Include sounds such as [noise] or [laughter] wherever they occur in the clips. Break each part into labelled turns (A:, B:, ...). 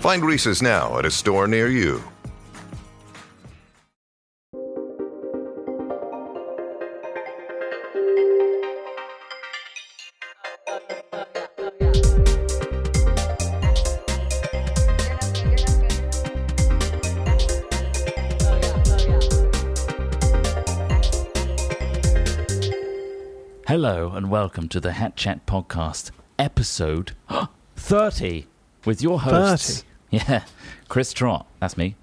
A: Find Reese's now at a store near you.
B: Hello and welcome to the Hat Chat Podcast, episode [gasps] 30, with your hosts.
C: 30?
B: [laughs] Yeah, Chris Trott, that's me.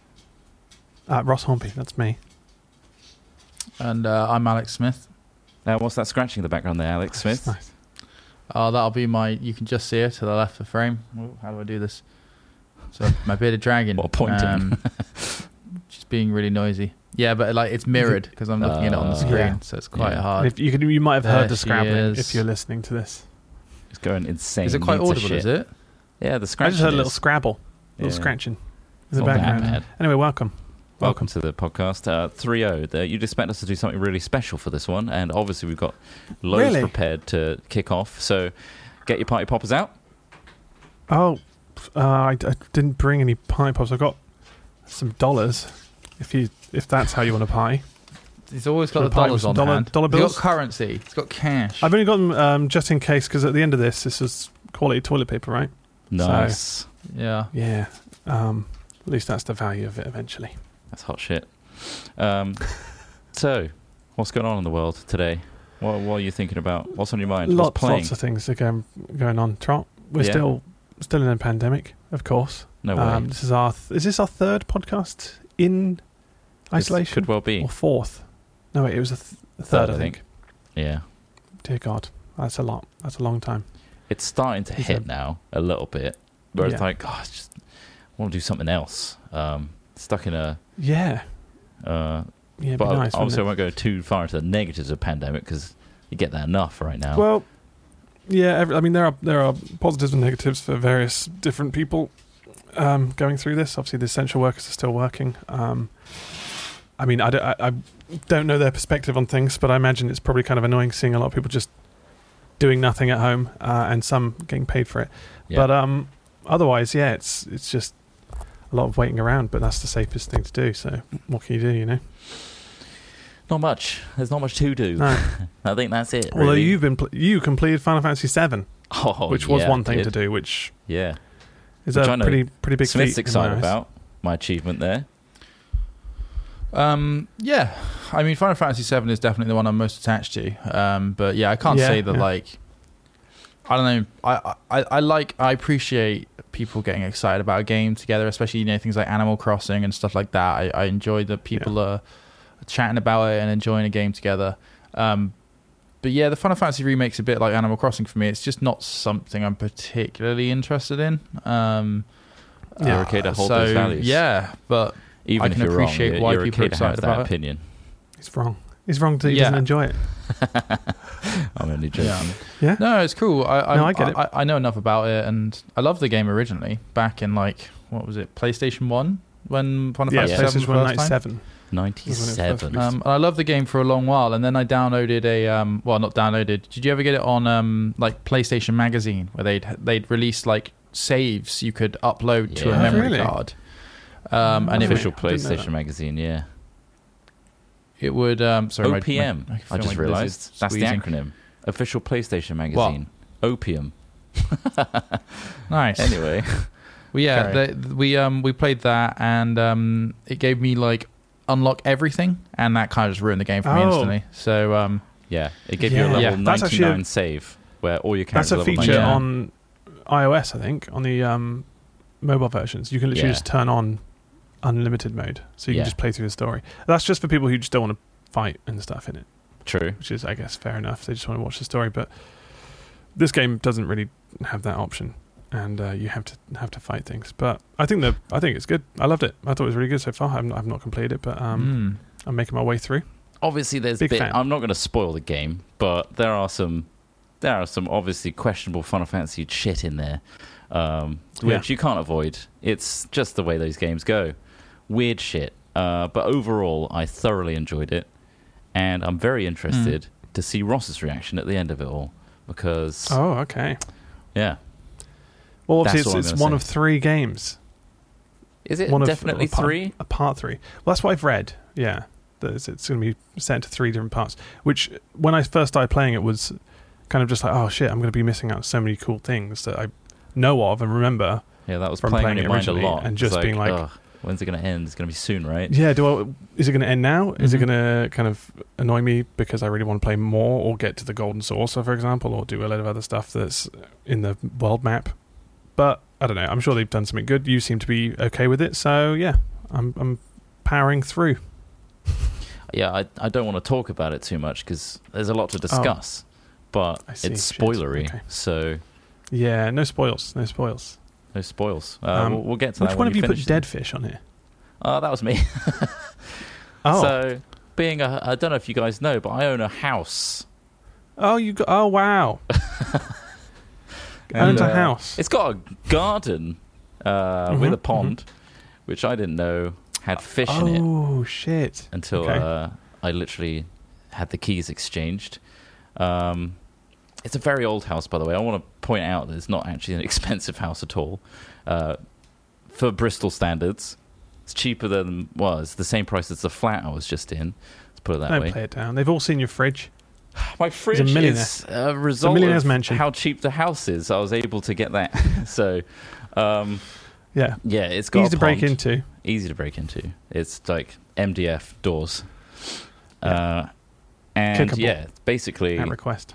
C: Uh, Ross Hornby, that's me.
D: And uh, I'm Alex Smith.
B: Now, Uh, what's that scratching in the background there, Alex
C: [laughs]
B: Smith?
C: Nice.
D: Uh, that'll be my. You can just see it to the left of the frame. Well, How do I do this? So my bearded dragon.
B: What, pointing? [laughs]
D: just being really noisy. Yeah, but like it's mirrored because I'm looking at it on the
B: Uh,
D: screen,
C: yeah.
D: so it's quite
B: Yeah.
C: And
D: hard.
C: if you could, you might have
D: There
C: heard the
D: she
C: scrabbling
D: is.
C: if you're listening to this.
B: It's going insane.
D: Is it quite
B: needs a
D: audible?
B: shit.
D: Is it?
B: Yeah, the
C: I
B: scratching.
C: just heard a
B: is-
C: little scrabble, a little
B: Yeah.
C: scratching in the
B: Not that
C: background.
B: bad.
C: Anyway, welcome.
B: Welcome to the podcast. Uh, 3 0. You'd expect us to do something really special for this one, and obviously we've got loads
C: Really?
B: prepared to kick off. So get your party poppers out.
C: Oh, uh, I, I didn't bring any pie pops. I got some dollars. If you, if that's how you want to pie,
D: It's always got
C: Should
D: the
C: I pile
D: dollars
C: some
D: on
C: dollar-
D: hand.
C: dollar
D: It's
C: bills?
D: got currency. It's got cash.
C: I've only got them um, just in case because at the end of this, this is quality toilet paper, right?
B: Nice.
D: yeah.
C: Yeah. Um, at least that's the value of it eventually.
B: That's hot shit.
C: [laughs]
B: Um, so, what's going on in the world today? What, what are you thinking about? What's on your mind? what's
C: Lots,
B: playing?
C: lots of things are going going on. Trot. We're
B: Yeah.
C: still still in a pandemic, of course.
B: no way.
C: Um, this is our th- is this our third podcast in
B: This
C: isolation
B: could well be.
C: or fourth? No, wait, it was a, th- a third, I think.
B: Yeah,
C: Dear God, that's a lot. That's a long time.
B: it's starting to
C: Is
B: hit
C: it-
B: now a little bit. Where it's
C: Yeah.
B: like, oh, it's just, I want to do something else. Um, stuck in a.
C: Yeah,
B: Uh,
C: yeah, it'd
B: but
C: be nice.
B: obviously, I
C: wouldn't
B: won't go too far into the negatives of pandemic because you get that enough right now.
C: it? well, yeah. Every, I mean, there are there are positives and negatives for various different people um, going through this. Obviously, the essential workers are still working. Um, I mean, I don't, I, I don't know their perspective on things, but I imagine it's probably kind of annoying seeing a lot of people just doing nothing at home uh, and some getting paid for it.
B: Yeah.
C: But um, otherwise, yeah, it's it's just a lot of waiting around, but that's the safest thing to do. So what can you do,
B: [laughs]
C: you know?
B: not much. There's not much to do.
C: No.
B: I think that's it.
C: Although
B: really.
C: you've been pl- you completed Final Fantasy VII,
B: [laughs] Oh,
C: which was
B: yeah,
C: one thing
B: dude.
C: to do, which
B: Yeah.
C: is
B: Which I
C: a
B: know
C: pretty pretty big
B: Smith's
C: feat in my
B: excited
C: eyes.
B: about my achievement there.
D: Um, yeah, I mean, Final Fantasy VII is definitely the one I'm most attached to. Um, but yeah, I can't
C: Yeah,
D: say that
C: yeah.
D: like I don't know. I, I I like I appreciate people getting excited about a game together, especially you know things like Animal Crossing and stuff like that. I, I enjoy that people are chatting about it and enjoying a game together. Um, but yeah, the Final Fantasy remake's a bit like Animal Crossing for me. It's just not something I'm particularly interested in. Um,
C: Yeah.
B: You're okay to hold
D: so,
B: those values.
D: Yeah, but
B: Even
D: I
B: if
D: can
B: you're wrong,
D: appreciate
B: you're-
D: why
B: you're
D: people are
B: okay to have
D: excited
B: that
D: about it.
B: opinion.
C: He's wrong. He's wrong that he doesn't
D: Yeah.
C: enjoy it.
B: I'm only joking.
D: Yeah.
C: Yeah.
D: No, it's cool. I, I,
C: No, I get it.
D: I, I know enough about it, and I love the game originally. Back in like what was it, PlayStation One, when Final
C: yeah, PlayStation
D: Fantasy VII was first time.
C: 197.
B: Ninety-seven.
C: Wasn't
D: Um, and I loved the game for a long while, and then I downloaded a um, well, not downloaded. Did you ever get it on um, like PlayStation Magazine, where they'd they'd release like saves you could upload to
B: Yeah.
D: a memory
C: Really?
D: card, um, and it would
B: official
C: I didn't know
B: PlayStation
C: that.
B: magazine. Yeah.
D: it would um, sorry, my- my-
B: OPM.
D: can
B: I
D: feel
B: just
D: my lizard
B: realised that's the
D: squeezing.
B: acronym. Official PlayStation magazine.
D: [laughs]
B: Opium.
D: Nice.
B: Anyway,
D: Well, yeah,
B: Carry
D: the, we um we played that, and um it gave me like unlock everything, and that kind of just ruined the game for me
C: Oh.
D: instantly. So um,
B: Yeah, it gave you a
C: Yeah.
B: level
D: Yeah,
C: that's actually a-
B: 99 save where all your
C: That's
B: characters are
C: a
B: level
C: feature
B: 99.
C: on iOS, I think, on the um, mobile versions. You can literally
B: Yeah.
C: just turn on unlimited mode, so you
B: Yeah.
C: can just play through the story. That's just for people who just don't want to fight and stuff in it,
B: True.
C: which is, I guess, fair enough. They just want to watch the story, but this game doesn't really have that option, and uh, you have to have to fight things. But I think the I think it's good. I loved it. I thought it was really good so far. I've not, I've not completed it, but um,
B: Hmm.
D: mm.
C: I'm making my way through.
B: Obviously, there's
C: Big
B: bit,
C: fan.
B: I'm not going to spoil the game, but there are some there are some obviously questionable Final Fantasy shit in there, um,
C: Yeah.
B: which you can't avoid. It's just the way those games go. Weird shit. Uh, but overall, I thoroughly enjoyed it, and I'm very interested to see Ross's reaction at the end of it all because
C: Hmm. Oh, okay.
B: yeah,
C: Well,
B: That's
C: obviously,
B: what I'm
C: it's, it's
B: gonna
C: one
B: say.
C: of three games.
B: is it
C: one of-
B: definitely
C: a part,
B: three?
C: A part three. Well, that's what I've read. Yeah, That it's, going to be set into three different parts. Which, when I first started playing, it was kind of just like, oh shit, I'm going to be missing out on so many cool things that I know of and remember.
B: Yeah, that was
C: from
B: playing,
C: playing
B: on
C: it
B: your mind a
C: originally
B: lot.
C: and
B: It's
C: just being like-
B: "Ugh, when's it going to end? It's going to be soon, right?
C: Yeah, do I? Is it going to end now? Is it
B: Mhm.
C: going to kind of annoy me because I really want to play more, or get to the golden saucer, for example, or do a lot of other stuff that's in the world map? But I don't know. I'm sure they've done something good. You seem to be okay with it, so yeah, I'm I'm powering through.
B: yeah, I, I don't want to talk about it too much because there's a lot to discuss, but
C: Oh. I see.
B: it's
C: Shit.
B: spoilery,
C: Okay.
B: so
C: Yeah, no spoils, no spoils.
B: no spoils. Uh,
C: Um,
B: we'll, we'll get to
C: Which
B: that.
C: one
B: when
C: have you put
B: finish
C: dead
B: this.
C: fish on here?
B: Oh, that was me.
C: [laughs] Oh,
B: So, being a, I don't know if you guys know, but I own a house.
C: oh, you got. Oh, wow. Owns
B: [laughs] And,
C: a
B: uh,
C: house.
B: It's got a garden uh,
C: Mhm,
B: with a
C: mhm.
B: pond, which I didn't know had fish in it.
C: Oh shit.
B: until
C: Okay.
B: uh, I literally had the keys exchanged. Um, it's a very old house, by the way. I want to point out that it's not actually an [laughs] expensive house at all. Uh, for Bristol standards, it's cheaper than well, it's the same price as the flat I was just in. Let's put it that
C: Don't
B: way.
C: play it down. They've all seen your fridge.
B: My fridge
C: millionaire.
B: is a result
C: millionaire's
B: of
C: mansion.
B: how cheap the house is. I was able to get that. [laughs] so, um,
C: Yeah.
B: yeah, it's got
C: Easy
B: a
C: to break
B: pond
C: into.
B: easy to break into. It's like MDF doors.
C: Yeah.
B: Uh, and
C: Kickable.
B: yeah, basically,
C: At request.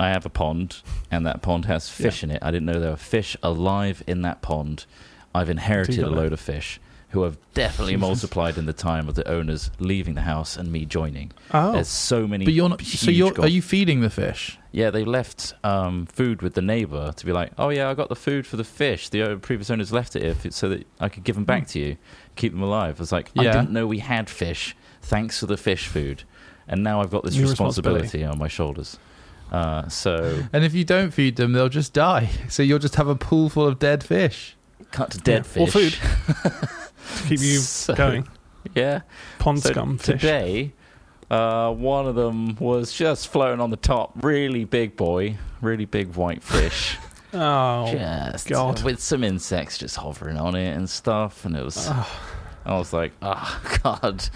B: I have a pond, and that pond has fish in it. I didn't know there were fish alive in that pond. I've inherited a
C: got
B: load of fish who have definitely multiplied in the time of the owners leaving the house and me joining.
C: Oh.
B: There's so many.
D: But you're not. So
B: huge
D: you're.
B: gulp-
D: Are you feeding the fish?
B: yeah, they left um, food with the neighbor to be like, oh yeah, I got the food for the fish. The uh, previous owners left it here f- so that I could give them
C: Hmm.
B: back to you, keep them alive. I was like, I
D: Yeah.
B: didn't know we had fish. Thanks for the fish food, and now I've got this
C: New
B: responsibility,
C: responsibility.
B: on my shoulders. Uh, so
C: [laughs]
D: And if you don't feed them, they'll just die. [laughs] So you'll just have a pool full of dead fish.
B: cut to dead
C: Yeah. Or
B: fish.
C: food. to keep
B: [laughs]
C: you
B: So-
C: going.
B: [laughs] yeah.
C: Pond
B: So
C: scum fish.
B: today, uh, one of them was just floating on the top, really big boy, really big white fish.
C: Oh.
B: just
C: God.
B: with some insects just hovering on it and stuff and it was i was like oh [laughs] god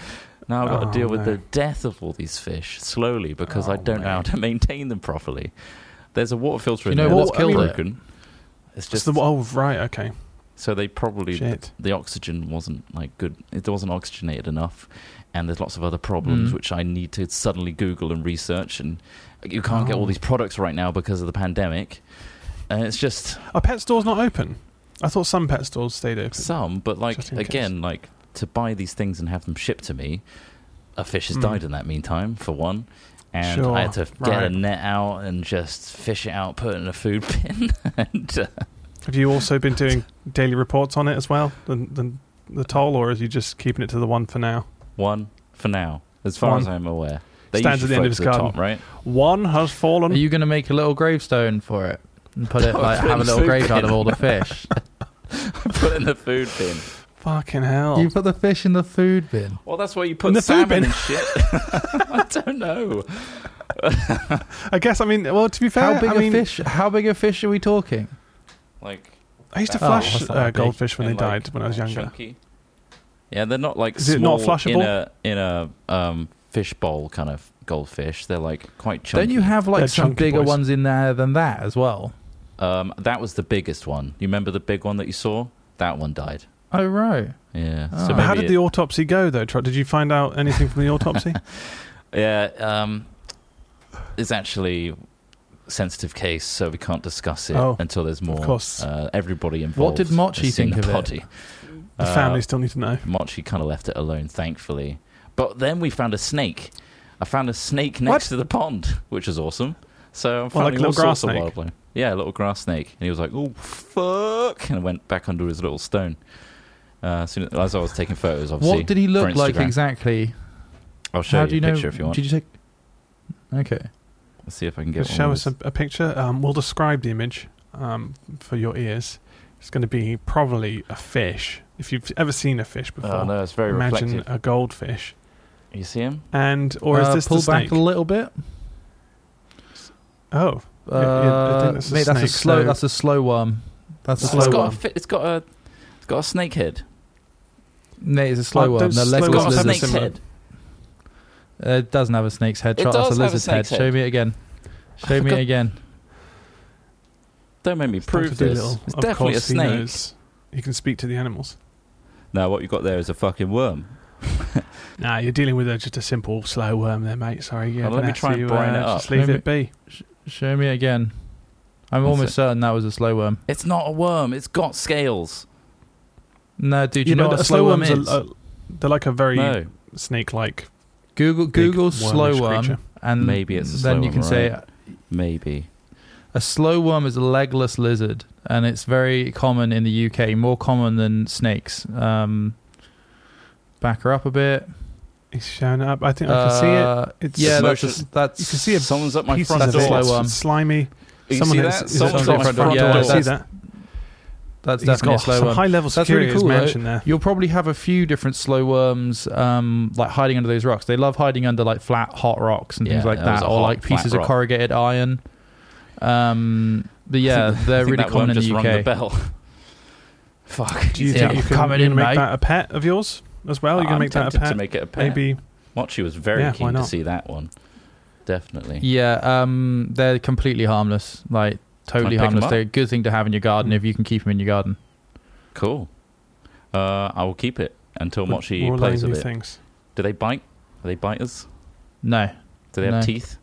B: now i've got to
C: Oh,
B: deal with
C: no.
B: the death of all these fish slowly because i
C: Oh,
B: don't know how
C: man.
B: to [laughs] maintain them properly there's a water filter
D: You
B: in
D: know
B: there
C: what's
B: that's
C: killed it?
B: broken it's just
C: Just the, oh, right. Okay.
B: so they probably
C: Shit.
B: the oxygen wasn't like good it wasn't oxygenated enough and there's lots of other problems
C: Hmm.
D: Mm.
B: which i need to suddenly google and research and you can't get
C: Oh.
B: all these products right now because of the pandemic and it's just
C: Are pet stores not open? I thought some pet stores stayed open.
B: Some, but like
C: Just in
B: again, like to buy these things and have them shipped to me, a fish has
C: Mm.
B: died in that meantime, for one. And I had to
C: Sure,
B: get a
C: right.
B: net out and just fish it out, put it in a food [laughs] bin, and uh,
C: Have you
B: [laughs]
C: also been doing daily reports on it as well? The, the, the toll, or is you just keeping it to the one for now?
B: one for now, as far
C: One.
B: as I'm aware. They
C: Stands
B: usually
C: at the end of
B: float
C: his
B: to
C: garden.
B: top,
C: [laughs]
B: right?
C: One has fallen.
D: Are you going to make a little gravestone for it and put it
B: Oh,
D: like have a little
B: food
D: graveyard of
B: bin.
D: all the fish?
B: put it in the food bin.
C: Fucking hell.
D: You put the fish in the food bin.
B: Well, that's where you put
C: In the
B: salmon
C: food bin.
B: and
C: [laughs]
B: shit. [laughs] I don't know.
C: I guess, I mean, well, to be fair,
D: How big
C: I
D: a
C: mean,
D: fish? How big a fish are we talking?
B: Like
C: I used to
D: Oh,
C: flash
D: what's that,
C: uh,
D: big?
C: goldfish when they
B: and, like,
C: died when I was younger.
B: chunky. Yeah, they're not like
C: Is it
B: small
C: not
B: in
C: flushable?
B: a in a um, fish bowl kind of goldfish. They're like quite chunky.
D: Don't you have like
C: They're
D: some
C: chunky
D: bigger
C: boys.
D: ones in there than that as well?
B: Um, that was the biggest one. You remember the big one that you saw? That one died.
D: Oh right.
B: Yeah.
D: Ah.
B: So
C: But
B: maybe
C: how did
B: it-
C: the autopsy go, though? Trot? Did you find out anything from
B: [laughs]
C: the autopsy?
B: Yeah, um, it's actually a sensitive case, so we can't discuss it
C: Oh,
B: until there's more.
C: course.
B: Uh, everybody involved.
D: did Mochi
B: has seen
D: think
B: the
D: of it?
B: body.
C: The
B: Uh,
C: family still need to know.
B: Mochi kind of left it alone, thankfully. But then we found a snake. I found a snake next
C: What?
B: to the pond, which was awesome. So I'm
C: Well, like
B: finding
C: a
B: all
C: little grass
B: sorts of
C: snake?
B: wildlife. Yeah, a little grass snake, and he was like, "Oh fuck!" and went back under his little stone. Uh, as, soon as, as I was taking photos, obviously.
D: What did he
B: for
D: look like
B: Instagram.
D: exactly?
B: I'll show
D: How
B: you
D: do you
B: a
D: know?
B: picture if you want.
D: Did you take? Okay.
B: Let's see if I can get one.
C: Show
B: of
C: us
B: his-
C: a, a picture. Um, we'll describe the image um, for your ears. It's going to be probably a fish. If you've ever seen a fish before,
B: Oh no, it's very
C: imagine
B: reflective.
C: a goldfish.
B: You see him?
C: And or is
D: Uh,
C: this
D: pull
C: the snake?
D: back a little bit?
C: oh,
D: Uh,
C: yeah, I think that's a
D: mate, that's a
C: snake,
D: slow.
C: so-
D: That's a slow worm. That's a
C: It's
B: it's
D: slow
B: got
D: worm.
B: a, fi- it's got a it's got a snake head.
D: Nate is a slow
C: Oh,
D: worm.
C: don't
D: No,
C: slow
D: let's,
B: It's
C: It
B: got
D: let's,
B: a
C: was
D: let's
C: a
B: snake's
D: listen.
B: head.
D: Uh, it doesn't have a snake's head.
B: It
D: Chart. That's
B: does
D: a
B: have a
D: lizard's head.
B: snake's
D: Show
B: head.
D: me it
B: [laughs]
D: again. Show me
B: forgot-
D: it again.
B: Don't make me prove
C: Dr.
B: this.
C: Dolittle,
B: It's
C: of
B: definitely a
C: course, he
B: snake.
C: knows. He can speak to the animals.
B: No, what you got there is a fucking worm.
C: Nah, you're dealing with a, just a simple slow worm there, mate. Sorry, yeah.
B: Oh, let me
C: Vanessa,
B: try and
C: you,
B: brine
C: uh,
B: it up.
C: Just leave
D: Maybe-
C: it be.
D: Show me it again. I'm
B: That's
D: almost
B: it.
D: certain that was a slow worm.
B: It's not a worm. It's got scales.
D: No, dude, you, know, what a slow worm
C: worm's a-
D: is?
C: a- they're like a very
B: No,
C: snake-like.
D: Google
C: big
D: Google
C: wormish
D: slow worm,
C: creature.
D: and
B: Maybe it's a
D: then
B: slow
D: you can
B: worm,
D: say
B: maybe.
D: a slow worm is a legless lizard, and it's very common in the UK, more common than snakes. Um, back her up a bit.
C: He's showing up. I think I can see it.
D: Uh,
C: It's-
D: yeah, that's
B: Motion-
D: a, that's
C: You can see a
B: Someone's at my
C: Pieces
B: front
C: of it.
D: a
B: door.
D: slow worm.
C: It's slimy.
B: You
C: Someone
B: see
C: is-
B: that?
C: is
B: Someone's
C: actually
B: at my
C: front
B: front
C: door.
D: Yeah,
B: door.
C: See that?
D: that's
C: He's
D: definitely
C: got
D: a slow
C: some
D: worm.
C: high-level
D: That's
C: security
D: really
C: in his
D: cool, though.
C: mansion there.
D: You'll probably have a few different slow worms, um, like hiding under those rocks. They love hiding under like flat, hot rocks and things
B: Yeah,
D: like
B: that was
D: that,
B: a
D: or
B: hot,
D: like
B: flat
D: pieces of
B: rock.
D: corrugated iron. Um, but
B: [laughs]
D: yeah,
B: I
D: they're
B: think
D: really
B: that worm
D: common in
B: just
D: the
B: rung
D: UK.
B: the bell. [laughs] Fuck.
C: Do you
D: Yeah.
C: think you can,
D: Coming
C: you
D: in,
C: can make
D: mate.
C: that a pet of yours as well? You can
B: I'm
C: make that a
B: tempted
C: pet.
B: to make it a pet.
C: Maybe
B: Mochi was very
C: Yeah, why
B: keen to
C: not?
B: see that one. Definitely.
D: Yeah, um, they're completely harmless, like totally
B: pick 'em
D: harmless.
B: up? Hmm.
D: They're a good thing to have in your garden if you can keep them in your garden.
B: Cool. Uh, I will keep it until
C: we'll-
B: Mochi
C: we'll learn
B: plays
C: new
B: with it.
C: things.
B: Do they bite? Are they biters?
D: No,
B: Do they have
D: No.
B: teeth?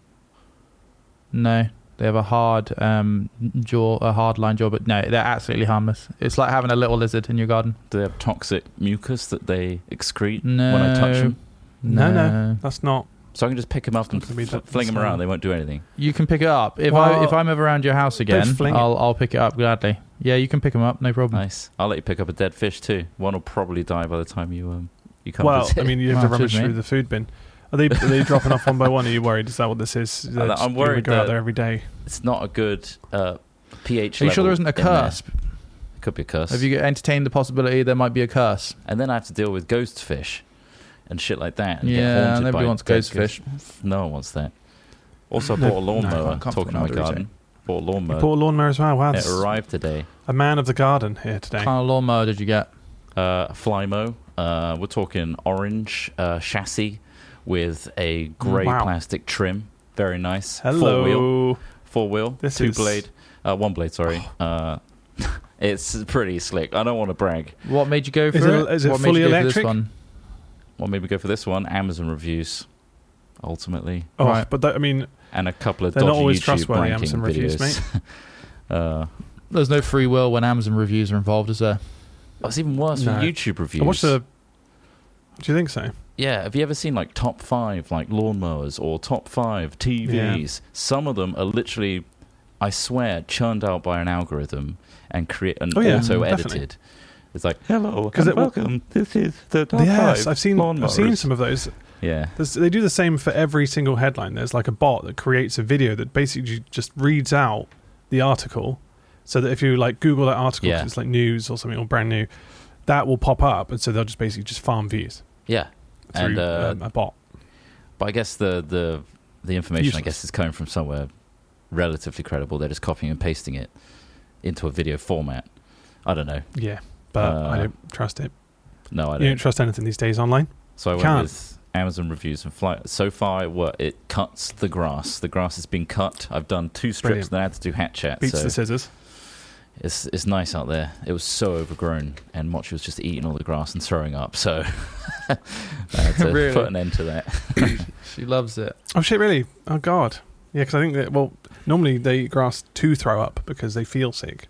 D: no, they have a hard um, jaw, a hard line jaw, but no, they're absolutely harmless. It's like having a little lizard in your garden.
B: Do they have toxic mucus that they excrete
D: No,
B: when I touch them?
C: No, no. That's not.
B: So I can just pick them up and
C: It's not gonna be
B: fl-
C: that-
B: fling them
C: that's
B: around.
C: not-
B: They won't do anything.
D: You can pick it up if I
C: Well,
D: if I'm ever around your house again.
C: fling it.
D: I'll I'll pick it up gladly. Yeah, you can pick them up, no problem.
B: Nice. I'll let you pick up a dead fish too. One will probably die by the time you um you [laughs] come.
C: Well,
B: visit. [laughs]
C: I mean, you have to
D: Well,
C: rubbish
D: cheers,
C: through
D: mate.
C: the food bin. Are they, are they dropping off one by one? Are you worried? Is that what this is? They're
B: I'm
C: just gonna
B: worried
C: go out
B: that-
C: there every day.
B: it's not a good uh, pH.
D: Are you sure there
B: level
D: isn't a
B: in there.
D: curse?
B: It could be a curse.
D: Have you entertained the possibility there might be a curse?
B: and then I have to deal with ghost fish and shit like that. And get
D: yeah,
B: haunted
D: nobody
B: by
D: wants
B: dead
D: ghost fish.
B: No one wants that. Also, I
C: No,
B: bought a
D: no, I
B: lawnmower.
D: can't comfort
B: talking to my
D: another reason.
B: garden. Bought a
C: You
B: lawnmower.
C: bought a lawnmower as well. Wow,
B: it
C: this-
B: arrived today.
C: a man of the garden here today.
D: What kind of lawnmower did you get?
B: uh, Flymo. Uh, we're talking orange uh, chassis with a grey
C: Wow.
B: plastic trim. Very nice. Four wheel.
C: Hello.
B: Four wheel.
C: This
B: two
C: is- Oh.
B: blade. Uh, one blade. Sorry. Uh, [laughs] it's pretty slick. I don't want to brag.
D: What made you go for
C: Is
D: it?
C: it- is it
D: what made
C: fully
D: you go for this
C: electric?
D: one?
B: Well, maybe go for this one. Amazon reviews, ultimately,
C: Oh,
D: Right.
C: but that, I mean,
B: and a couple of
C: They're not
B: dodgy
C: always
B: YouTube
C: trustworthy,
B: ranking
C: Amazon reviews,
B: videos. uh,
D: There's no free will when Amazon reviews are involved, is there?
B: oh, it's even worse
C: No.
B: with YouTube reviews.
C: I watched the. Do you think so?
B: Yeah, have you ever seen like top five like lawnmowers or top five TVs? Some of them are literally, I swear, churned out by an algorithm and create and
C: Oh, yeah,
B: auto
C: definitely.
B: edited. It's like hello
C: 'Cause it will-
B: This is the top
C: yes, I've seen.
B: lawnmowers."
C: I've seen some of those.
B: Yeah,
C: There's, they do the same for every single headline. There's like a bot that creates a video that basically just reads out the article, so that if you like Google that article, 'cause
B: Yeah.
C: it's like news or something or brand new, that will pop up, and so they'll just basically just farm views
B: yeah.
C: through
B: And uh,
C: um, a bot.
B: but I guess the the the information I
C: Useless.
B: guess is coming from somewhere relatively credible. They're just copying and pasting it into a video format. I don't know.
C: Yeah, but I
B: uh,
C: don't trust it.
B: No, I
C: you
B: don't.
C: don't trust anything these days online.
B: So I went
C: Can't.
B: with Amazon reviews and fly. So far, it, wor- it cuts the grass. The grass has been cut. I've done two strips,
C: Brilliant.
B: then I had to do hat chat.
C: Beats
B: so
C: the scissors.
B: It's it's nice out there. It was so overgrown, and Mochi was just eating all the grass and throwing up. So [laughs] I had to
D: Really?
B: put an end to that.
D: She loves it.
C: Oh shit! Really? Oh god. Yeah, because I think that well, normally they eat grass to throw up because they feel sick.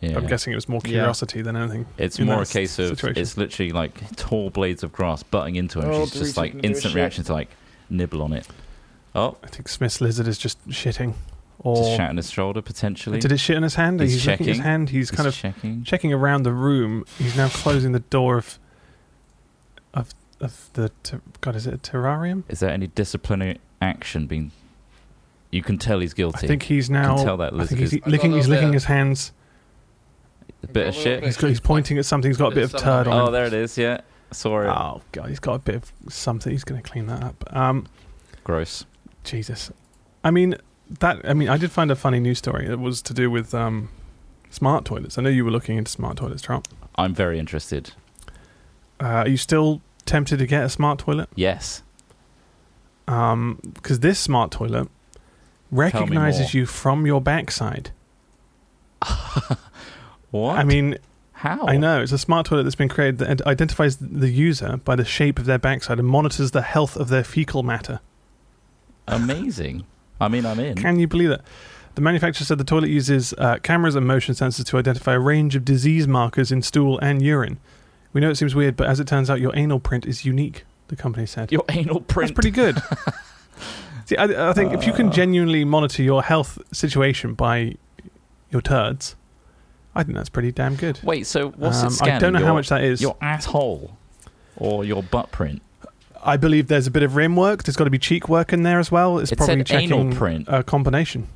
B: Yeah.
C: I'm guessing it was more
D: Yeah.
C: curiosity than anything.
B: It's
C: in
B: more a
C: that
B: case of
C: situation.
B: it's literally like tall blades of grass butting into her, and
E: Oh,
B: she's
E: Dorito's
B: just like
E: gonna do a
B: instant
E: shit.
B: reaction to like nibble on it. Oh,
C: I think Smith's lizard is just shitting, or
B: just shat on his shoulder potentially.
C: did it shit on his hand?
B: He's
C: He's, looking at his
B: checking.
C: hand. He's, kind of
B: checking.
C: checking around the room. He's now closing the door of of of the ter- God. Is it a terrarium?
B: Is there any disciplinary action being? You can tell he's guilty.
C: I think he's now.
B: tell that
C: I
B: lizard
C: think he's
B: is-
E: got a
C: licking. He's
E: little
C: licking
E: bit.
C: his hands.
B: a bit of shit.
C: He's, got, he's pointing at something. He's got a bit of
D: There's someone
C: turd on.
B: Oh,
C: him.
B: there it is. Yeah, saw it.
C: Oh god, he's got a bit of something. He's going to clean that up. Um,
B: Gross.
C: Jesus, I mean that. I mean, I did find a funny news story. It was to do with um, smart toilets. I know you were looking into smart toilets, Trump.
B: I'm very interested.
C: Uh, are you still tempted to get a smart toilet?
B: Yes.
C: Because this smart toilet recognizes
B: more.
C: you from your backside.
B: What? Oh.
C: I mean,
B: how?
C: I know it's a smart toilet that's been created that identifies the user by the shape of their backside and monitors the health of their fecal matter.
B: Amazing. I mean, I'm in.
C: Can you believe it? The manufacturer said the toilet uses uh, cameras and motion sensors to identify a range of disease markers in stool and urine. We know it seems weird, but as it turns out, your anal print is unique. The company said
B: Your anal
C: that's
B: print. Uh. [laughs]
C: pretty good. See, I, I think if you can genuinely monitor your health situation by your turds, I think that's pretty damn good.
B: Wait, so what's
C: Um,
B: it scanning?
C: I don't know
B: your,
C: how much that is.
B: Your asshole or your butt print?
C: I believe there's a bit of rim work. There's got to be cheek work in there as well. It's
B: It
C: probably
B: said
C: checking
B: anal print.
C: a combination.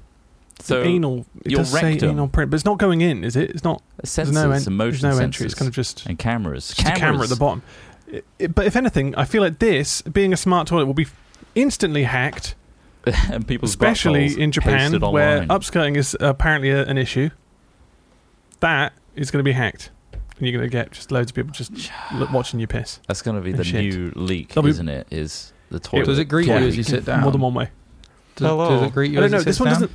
B: So
C: anal. It
B: your
C: does say
B: rectum.
C: anal print, but it's not going in, is it? It's not.
B: sensors,
C: there's no, en-
B: and motion
C: there's no
B: sensors,
C: entry. It's kind of just,
B: and cameras.
C: just a camera at the bottom. It- it- but if anything, I feel like this being a smart toilet will be f- instantly hacked,
B: bottom, [laughs] and people's butt holes
C: especially in Japan,
B: posted
C: where
B: online.
C: upskirting is apparently a, an issue. That is going to be hacked, and you're going to get just loads of people just
B: [sighs]
C: l- watching you piss.
B: That's going to be
C: and
B: the
C: Oh, shit.
B: new leak,
C: That'll be-
B: isn't it? Is the toilet?
D: Does it greet you
B: Yeah.
D: as you sit down?
C: more than one way.
D: Does,
B: Hello.
D: Does it greet you
C: I don't
D: as it
C: know. This
D: sits
C: one
D: down?
C: doesn't.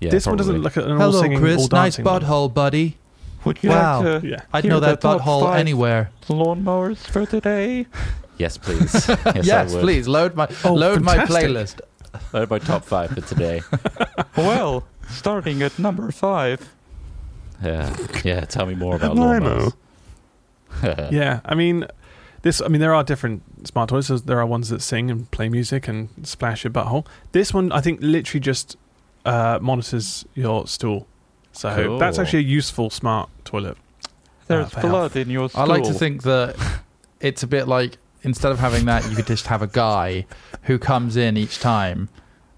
B: Yeah,
C: this one
B: probably.
C: doesn't look at an all
D: Hello,
C: singing, all
D: Chris. Nice
C: dancing. one.
D: butthole, buddy.
F: Would you
D: Wow.
F: like to
C: Yeah.
D: I'd
F: Here
D: know
F: are
D: that
F: the top
D: butthole
F: five.
D: anywhere.
F: lawnmowers for
C: [laughs]
F: today?
B: Yes, please. Yes,
D: Yes,
B: I would.
D: please load my
C: Oh,
D: load my
C: fantastic.
D: playlist.
B: They're my top five for today.
C: [laughs]
F: Well, starting at number five.
B: Yeah, yeah. Tell me more about
F: Limo.
B: lawnmowers. yeah.
C: Yeah, I mean, this. I mean, there are different smart toilets. There's- There are ones that sing and play music and splash your butthole. This one, I think, literally just uh, monitors your stool. So
B: Cool.
C: that's actually a useful smart toilet.
F: There's
C: for
F: blood in your stool.
D: I like to think that it's a bit like instead of having that, you could just have a guy who comes in each time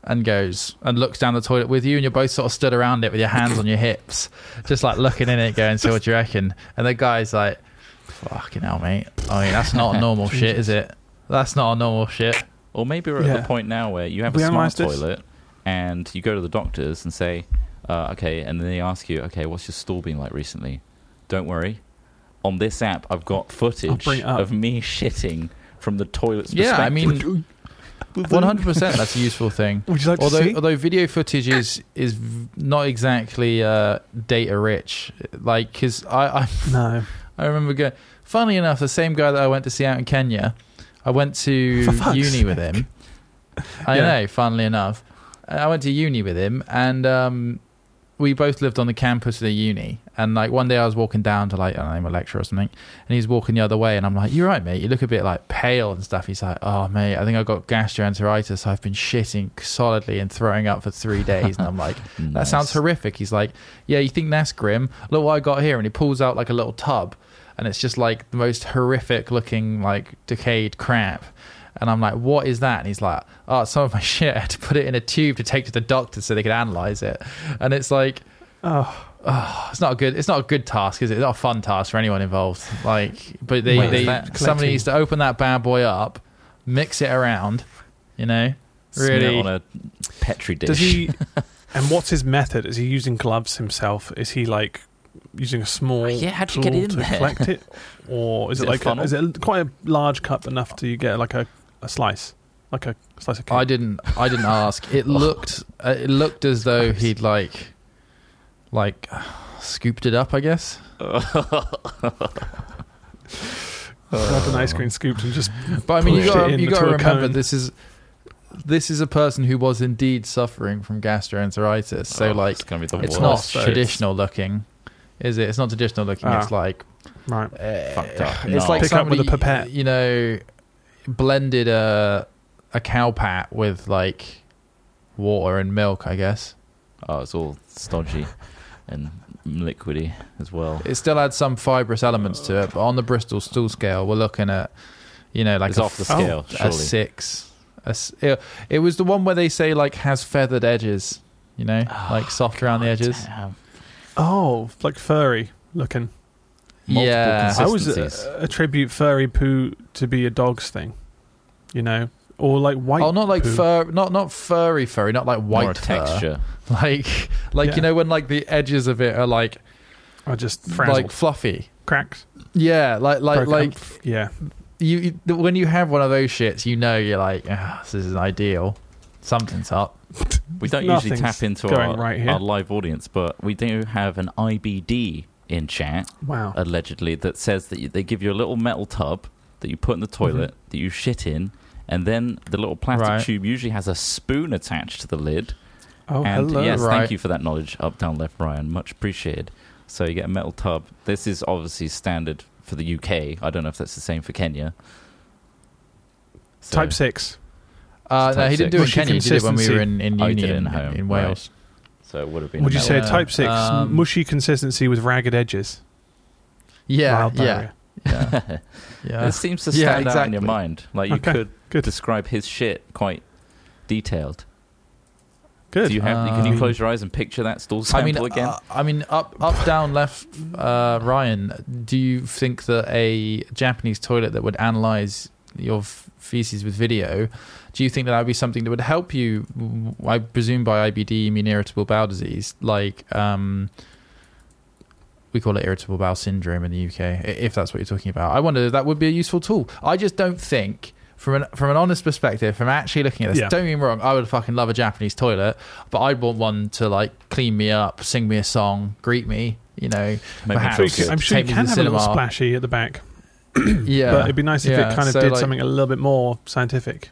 D: and goes and looks down the toilet with you, and you're both sort of stood around it with your hands on your hips, just like looking in it, going, "So what do you reckon?" And the guy's like, "Fucking hell, mate! I mean, that's not normal shit, is it? That's not a normal shit."
B: [laughs] Or maybe we're at
C: Yeah.
B: the point now where you have
C: We
B: a smart
C: analysed this.
B: toilet and you go to the doctors and say, uh, okay, and then they ask you, okay, what's your stool been like recently? Don't worry. On this app, I've got footage
C: bring it up.
B: of me shitting from the toilet's
D: Yeah, I
B: perspective.
D: mean, one hundred percent. That's a useful thing.
C: Would you like
D: although
B: uh,
C: to see?
D: although video footage is is v- not exactly uh, data rich, like because I, I
C: no.
D: I remember going. Funnily enough, the same guy that I went to see out in Kenya, I went
C: [laughs]
D: to
C: For fuck's
D: uni
C: [laughs]
D: with him. I
C: Yeah.
D: know. Funnily enough, And I went to uni with him, and um, we both lived on the campus of the uni. And like one day, I was walking down to like I don't know a lecture or something, and he's walking the other way, and I'm like, "You're right, mate. You look a bit like pale and stuff." He's like, "Oh, mate, I think I got gastroenteritis. I've been shitting solidly and throwing up for three days." And I'm like, "That sounds
B: Nice.
D: horrific." He's like, "Yeah, you think that's grim? Look what I got here." And he pulls out like a little tub, and it's just like the most horrific looking like decayed crap. And I'm like, "What is that?" And he's like, "Oh, it's some of my [laughs] shit. I had to put it in a tube to take to the doctor so they could analyze it." And it's like. Oh, it's not a good. It's not a good task, is it? It's not a fun task for anyone involved. Like, but they,
C: Wait,
D: they
C: is that
D: somebody
C: collecting-
D: needs to open that bad boy up, mix it around, you know,
B: Smear it
D: really.
B: on a petri dish. [laughs]
C: Does he? and what's his method? Is he using gloves himself? Is he like using a small
B: Yeah, how'd you
C: tool
B: get it in
C: to
B: there?
C: collect
B: [laughs]
C: it, or is,
B: Is
C: it,
B: it a
C: like a,
B: funnel?
C: is it quite a large cup enough to get like a, a slice, like a slice of cake?
D: I didn't. I
C: [laughs]
D: didn't
C: Oh.
D: ask. It looked. Uh, it looked as though he'd like, like, scooped it up, I guess.
C: Grabbed an ice
B: Oh.
C: cream scooped and just
D: But I mean, you
C: Pushed it
D: got
C: in
D: you got to
C: into a
D: remember
C: cone.
D: this is this is a person who was indeed suffering from gastroenteritis. So
B: Oh,
D: like,
B: it's gonna be the
D: it's
B: worst.
D: not
C: so it's-
D: traditional looking, is it? It's not traditional looking.
C: Ah.
D: It's like
C: right.
B: Fucked up.
D: [laughs] it's
B: No.
D: like
C: Pick up with a
D: somebody,
C: pipette.
D: You know, blended a a cow pat with like water and milk. I guess
B: Oh, it's all stodgy and liquidy as well.
D: it still had some fibrous elements to it. But on the Bristol stool scale, we're looking at you know like
B: it's
D: a
B: off the
D: f-
B: scale,
D: a
B: surely.
D: six. A s it, it was the one where they say like has feathered edges, you know, like soft around the edges.
B: Ah, Damn.
C: Oh, like furry looking.
B: Multiple
D: Yeah,
C: I always
B: Consistencies.
C: uh, attribute furry poo to be a dog's thing, you know, or like white.
D: oh, not like
C: poo.
D: fur, not not furry furry, not like
B: More
D: white fur.
B: texture.
D: [laughs] like like
C: Yeah.
D: you know when like the edges of it are like
C: I just frazzled
D: like fluffy.
C: cracks.
D: Yeah, like like
C: broke
D: like
C: up. yeah,
D: you, you when you have one of those shits, you know you're like, ah, this isn't ideal. Something's up.
B: We don't usually
C: Nothing's
B: tap into
C: going
B: our,
C: right here.
B: our live audience, but we do have an IBD in chat,
C: wow.
D: Uh,
B: allegedly, that says that you, they give you a little metal tub that you put in the toilet that you shit in, and then the little plastic
D: Mm-hmm. Right.
B: tube usually has a spoon attached to the lid.
C: Oh,
B: and
C: hello.
B: yes,
D: Right.
B: thank you for that knowledge, up, down, left, Ryan. Much appreciated. So you get a metal tub. This is obviously standard for the UK. I don't know if that's the same for Kenya. So-
C: Type six.
D: Uh,
B: It's
D: no,
B: type
D: he
B: six.
D: didn't do it in
C: What's your
D: Kenya. He did it when we were in in
B: Oh, he
D: uni
B: did it
D: in,
B: at home,
D: in
B: right.
D: Wales.
B: So it would have been.
C: Would you say
D: metal.
C: type six?
D: Um,
C: mushy consistency with ragged edges.
D: Yeah,
C: Mild
D: yeah,
C: diarrhea.
D: yeah, yeah.
C: [laughs]
B: It seems to stand
D: Yeah,
B: out in
D: exactly.
B: your mind. Like you
C: Okay,
B: could
C: good.
B: describe his shit quite detailed.
C: Good.
B: Do you have? can you
D: Um,
B: close your eyes and picture that stool
D: I
B: sample
D: mean,
B: again?
D: uh, I mean, up, up, down, left. Uh, Ryan, do you think that a Japanese toilet that would analyze your f- feces with video, do you think that that would be something that would help you? w- I presume by IBD, you mean irritable bowel disease, like um, we call it irritable bowel syndrome in the UK, i- if that's what you're talking about. I wonder if that would be a useful tool. I just don't think. From an, from an honest perspective, from actually looking at this,
C: Yeah.
D: don't get me wrong, I would fucking love a Japanese toilet, but I'd want one to like clean me up, sing me a song, greet me, you know.
B: Make me
D: perhaps
B: feel
C: So you
B: good.
C: can- I'm sure you
D: take me to
C: can
D: the
C: have a little
D: cinema.
C: splashy at the back,
D: Yeah,
C: but it'd be nice if
D: yeah,
C: it kind of
D: so,
C: did
D: like-
C: something a little bit more scientific.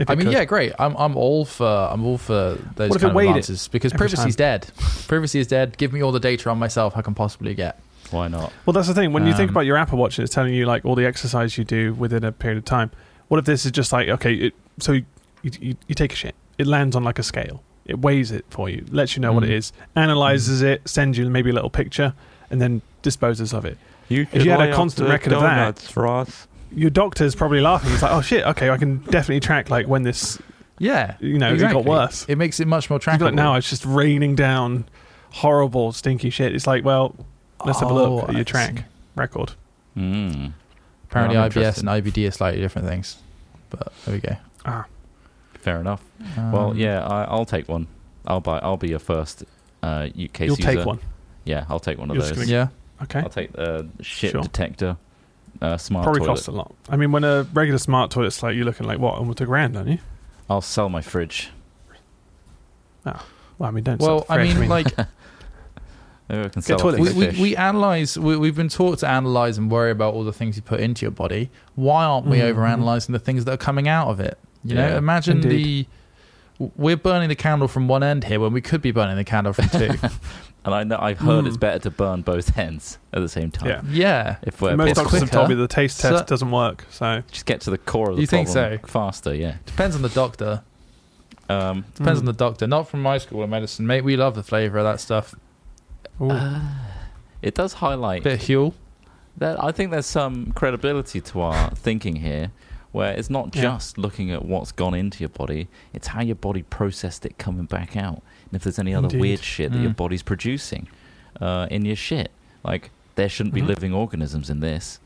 C: If
D: I
C: it
D: mean,
C: could.
D: yeah, great. I'm I'm all for I'm all for those
C: What if it
D: kind of
C: weighed it
D: answers because
C: every
D: privacy's dead. Privacy is dead. Give me all the data on myself I can possibly get.
B: Why not?
C: Well, that's the thing. When you think
D: Um,
C: about your Apple Watch, it's telling you like all the exercise you do within a period of time. What if this is just like okay, it, so you, you you take a shit, it lands on like a scale, it weighs it for you, lets you know what it
D: Mm.
C: is, analyzes it, sends you maybe a little picture, and then disposes of it.
F: You
C: you
F: should
C: had a
F: buy us
C: constant
F: the
C: record of that-
F: donuts, Ross.
C: Your doctor's probably laughing. He's like, oh shit, okay, I can definitely track like when this
D: Yeah,
C: you know it
D: exactly.
C: got worse.
D: It makes it much more
C: You'd be
D: trackable.
C: like now it's just raining down horrible stinky shit. It's like well, let's have a
D: Oh,
C: look at
D: I
C: your
D: see.
C: track record.
B: Mm.
D: Apparently,
B: I'm
D: IBS
B: interested.
D: and IBD are slightly different things, but there we go.
B: Fair enough.
D: Um,
B: well, yeah, I, I'll take one. I'll buy. I'll be your first uh, UK
C: You'll
B: user.
C: take one.
B: Yeah, I'll take one of
C: You're just
B: those.
C: gonna-
D: yeah.
C: Okay.
B: I'll take the shit
C: Sure.
B: detector. Uh, smart
C: Probably
B: toilet.
C: costs a lot. I mean, when a regular smart toilet's like you're looking like what almost a grand, aren't you?
B: I'll sell my fridge.
C: Well, I mean, don't.
D: Well,
C: sell
D: I
C: fresh.
D: mean, like
C: [laughs]
B: Maybe I can
C: Get
B: sell off
C: toilet
D: we,
B: these
D: we,
B: fish.
D: we analyze we, we've been taught to analyze and worry about all the things you put into your body why aren't we
C: Mhm.
D: over overanalyzing the things that are coming out of it you know
B: Yeah.
D: imagine
C: Indeed.
D: the we're burning the candle from one end here when we could be burning the candle
C: [laughs]
D: from two
B: and I know I've heard it's
C: Mm.
B: better to burn both [laughs] ends at the same time.
C: Yeah.
D: yeah
B: If we're
C: most
D: it's
C: doctors
B: possible.
C: have told me
D: quicker.
C: the taste test
D: So-
C: doesn't work. So
B: just get to the core of the
D: You think
B: problem
D: so?
B: faster. Yeah.
D: depends on the doctor
B: Um,
D: depends
C: Mm.
D: on the doctor not from my school of medicine mate we love the flavor of that stuff
C: Ooh.
D: um,
B: it does highlight
D: bit of huel
B: that. I think there's some credibility to our thinking here, where it's not
C: Yeah.
B: just looking at what's gone into your body; it's how your body processed it coming back out, and if there's any other
C: Indeed.
B: weird shit that your
D: Mm.
B: body's producing uh, in your shit. Like there shouldn't
C: Mhm.
B: be living organisms in this,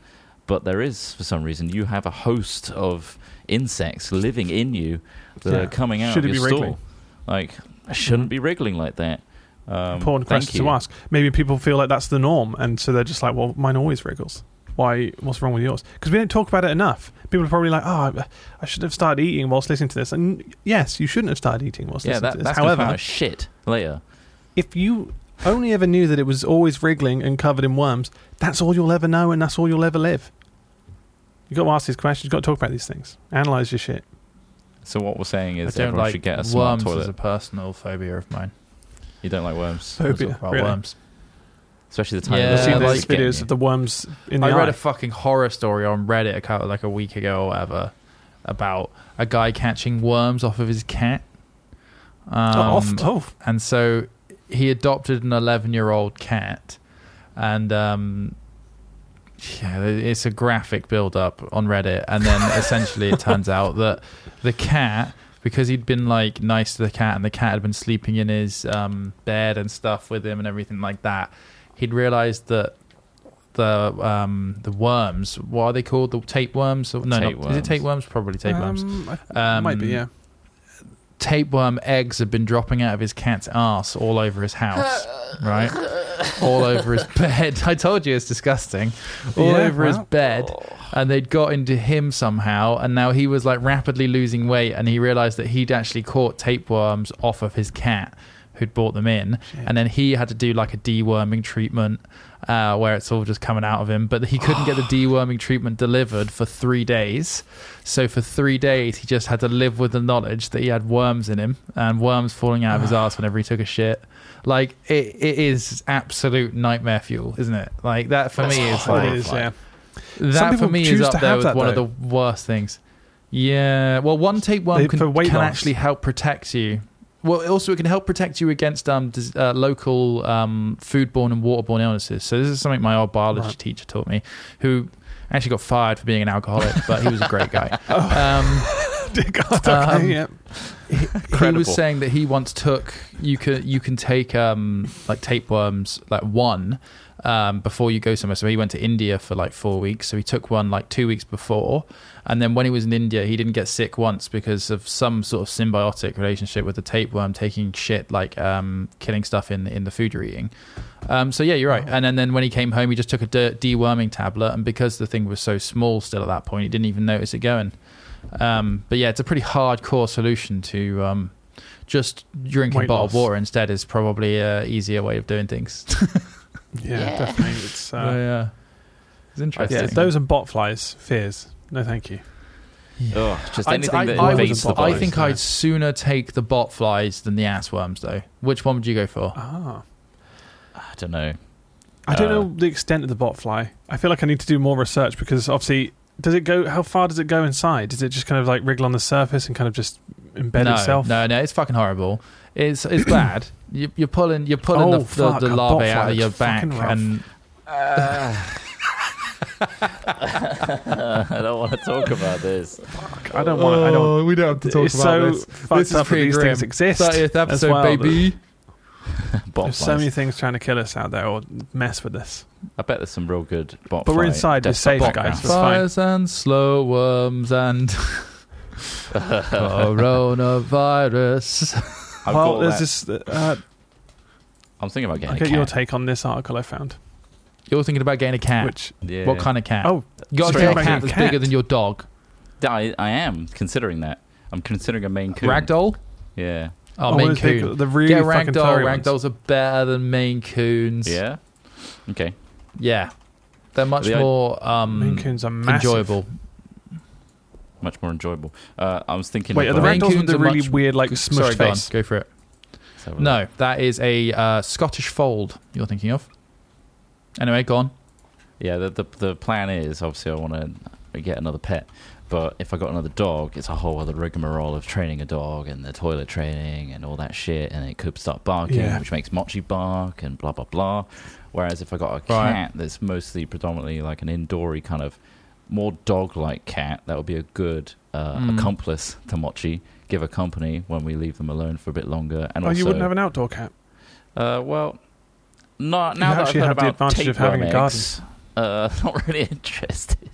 B: but there is for some reason. You have a host of insects living in you that
C: Yeah.
B: are coming out
C: Should
B: of
C: it
B: your
C: be
B: stool.
C: wriggling? Mm-hmm.
B: Like I shouldn't be wriggling like that. Um,
C: important
B: thank
C: question
B: you.
C: to ask. Maybe people feel like that's the norm, and so they're just like, well, mine always wriggles. Why? What's wrong with yours? Because we don't talk about it enough. People are probably like, oh, I- I should have started eating whilst listening to this. And yes, you shouldn't have started eating whilst
B: Yeah,
C: listening
B: that,
C: to this.
B: that's
C: However,
B: However, shit later.
C: if you only ever knew that it was always wriggling and covered in worms, that's all you'll ever know and that's all you'll ever live. You've got to ask these questions, you've got to talk about these things. Analyze your shit.
B: So what we're saying
D: I
B: is
D: don't
B: everyone
D: like
B: should get a smart
D: worms as
B: toilet.
D: a personal phobia of mine.
B: You don't like
C: [laughs]
B: worms,
D: It's
C: Phobia,
D: all about
C: really.
D: worms.
B: especially the tiny.
D: Yeah,
C: I've
B: little
C: seen
B: ones
C: those
B: that
D: like
B: get
C: videos
B: you.
C: of the worms in the
D: I read
C: eye.
D: a fucking horror story on Reddit a couple, like a week ago or whatever about a guy catching worms off of his cat. Um,
C: Oh, off- oh,
D: and so he adopted an 11 year old cat and um yeah it's a graphic build up on reddit and then essentially it turns out that the cat because he'd been like nice to the cat and the cat had been sleeping in his um bed and stuff with him and everything like that he'd realized that the um the worms what are they called the tapeworms no not- is it
B: Tapeworms.
D: tapeworms probably tapeworms
C: Um, I-
D: Um,
C: might be, yeah.
D: tapeworm eggs have been dropping out of his cat's ass all over his house, right? all over his [laughs] bed. I told you it's disgusting. All
C: Yeah,
D: over his
C: wow.
D: bed. And they'd got into him somehow. And now he was like rapidly losing weight. And he realized that he'd actually caught tapeworms off of his cat who'd brought them in. And then he had to do like a deworming treatment. Uh, where it's all just coming out of him, but he
C: [gasps]
D: couldn't get the deworming treatment delivered for three days. So for three days, he just had to live with the knowledge that he had worms in him and worms falling out of his
C: Ah.
D: ass whenever he took a shit. Like it, it is absolute nightmare fuel, isn't it? Like that for me is
C: Oh,
D: like
C: it is, yeah. [laughs] Some
D: that for
C: people
D: me is
C: choose
D: up
C: to
D: there
C: have
D: with
C: that,
D: one
C: though.
D: of the worst things. Yeah. Well, one tapeworm
C: They-
D: can,
C: for weight
D: can
C: loss.
D: actually help protect you. Well, also it can help protect you against um, dis- uh, local um, foodborne and waterborne illnesses. So this is something my old biology
C: Right.
D: teacher taught me, who actually got fired for being an alcoholic, but he was a great
C: [laughs]
D: guy.
C: Oh.
D: um,
C: Dear God, okay,
D: Um,
C: yeah.
D: he was
B: Incredible.
D: saying that he once took you can you can take um like tapeworms like one um before you go somewhere. So he went to India for like four weeks. So he took one like two weeks before, and then when he was in India, he didn't get sick once because of some sort of symbiotic relationship with the tapeworm taking shit like um killing stuff in in the food you're eating. Um, so yeah, you're right. And then, then when he came home, he just took a de- deworming tablet, and because the thing was so small still at that point, he didn't even notice it going. Um, but yeah, it's a pretty hardcore solution to um, just drinking
C: Weight
D: bottled
C: loss.
D: water instead is probably a easier way of doing
C: [laughs]
D: things.
C: yeah. definitely. It's,
D: But,
C: uh,
D: yeah, it's interesting.
C: yeah, those and botflies, fears. No, thank you.
B: Ugh, just
D: I'd-
B: anything
D: I,
B: that
D: I would-
B: invades the
D: I
B: body.
D: think I'd sooner take the bot flies than the ass worms, though. Which one would you go for?
C: Ah.
B: I don't know. [laughs]
C: I don't
B: Uh,
C: know the extent of the botfly. I feel like I need to do more research because obviously, does it go? How far does it go inside? Does it just kind of like wriggle on the surface and kind of just embed
D: no,
C: itself?
D: No, no, it's fucking horrible.
C: [coughs]
D: It's it's bad. You, you're pulling you're pulling
C: Oh,
D: the, the,
C: fuck, a
D: the larvae
C: botfly
D: out of
C: looks
D: your back,
C: fucking rough.
D: and
B: I don't want to talk about
C: [laughs]
B: this.
C: I don't want. I don't.
D: Oh, we don't have
C: it's so fucked up that these things exist.
D: Thirtieth
C: as
D: episode,
C: well, that
D: baby.
B: Bot
C: There's so
B: flies.
C: many things trying to kill us out there or mess with us.
B: I bet there's some real good bot.
C: But we're
B: fly
C: inside, we're
B: desktop
C: safe,
B: bot
C: guys.
B: now.
C: That's fine.
D: Fires and slow
C: [laughs]
D: worms and coronavirus.
B: I've
C: well,
B: got
C: there's
B: that.
C: this. Uh,
B: I'm thinking about getting
C: I'll
B: a
C: get your
B: cat.
C: take on this article I found.
D: You're thinking about getting a cat.
C: Which
B: Yeah.
D: What kind of cat?
C: oh,
D: you got to
C: straight
D: get a
C: up
D: cat
C: getting
D: that's
C: a cat.
D: bigger than your dog.
B: I, I am considering that. I'm considering a Maine Coon.
D: Ragdoll.
B: Yeah.
D: Oh,
C: I
D: Maine
C: wanna think
D: Coon.
C: The really
D: Get a
C: fucking
D: ragdoll.
C: furry ones.
D: Ragdolls are better than Maine Coons.
B: Yeah. Okay.
D: Yeah. They're much
B: The-
D: more
C: Maine
D: um,
C: Coons are massive.
D: enjoyable.
B: Much more enjoyable. Uh, I was thinking.
C: Wait, are the
B: about
D: Maine
C: ragdolls with
D: Coons
C: the
D: are
C: really
D: much-
C: weird, like
D: Sorry,
C: smushed
D: go on.
C: face?
D: Go for it.
B: Let's have a look.
D: No, that is a uh, Scottish fold you're thinking of. Anyway, go on.
B: Yeah. The, the the plan is obviously I want to get another pet, but if I got another dog, it's a whole other rigmarole of training a dog and the toilet training and all that shit, and it could start barking,
C: Yeah.
B: which makes Mochi bark and blah blah blah. Whereas if I got a
D: Right.
B: cat that's mostly predominantly like an indoory kind of more dog-like cat, that would be a good uh,
C: Hmm.
D: Mm.
B: accomplice to Mochi. Give her company when we leave them alone for a bit longer, and
C: Oh,
B: also
C: you wouldn't have an outdoor cat.
B: Uh, well, not now that I've
C: actually
B: heard
C: have the
B: about
C: advantage of having a
B: tapeworm eggs, Uh, [laughs] not really interested.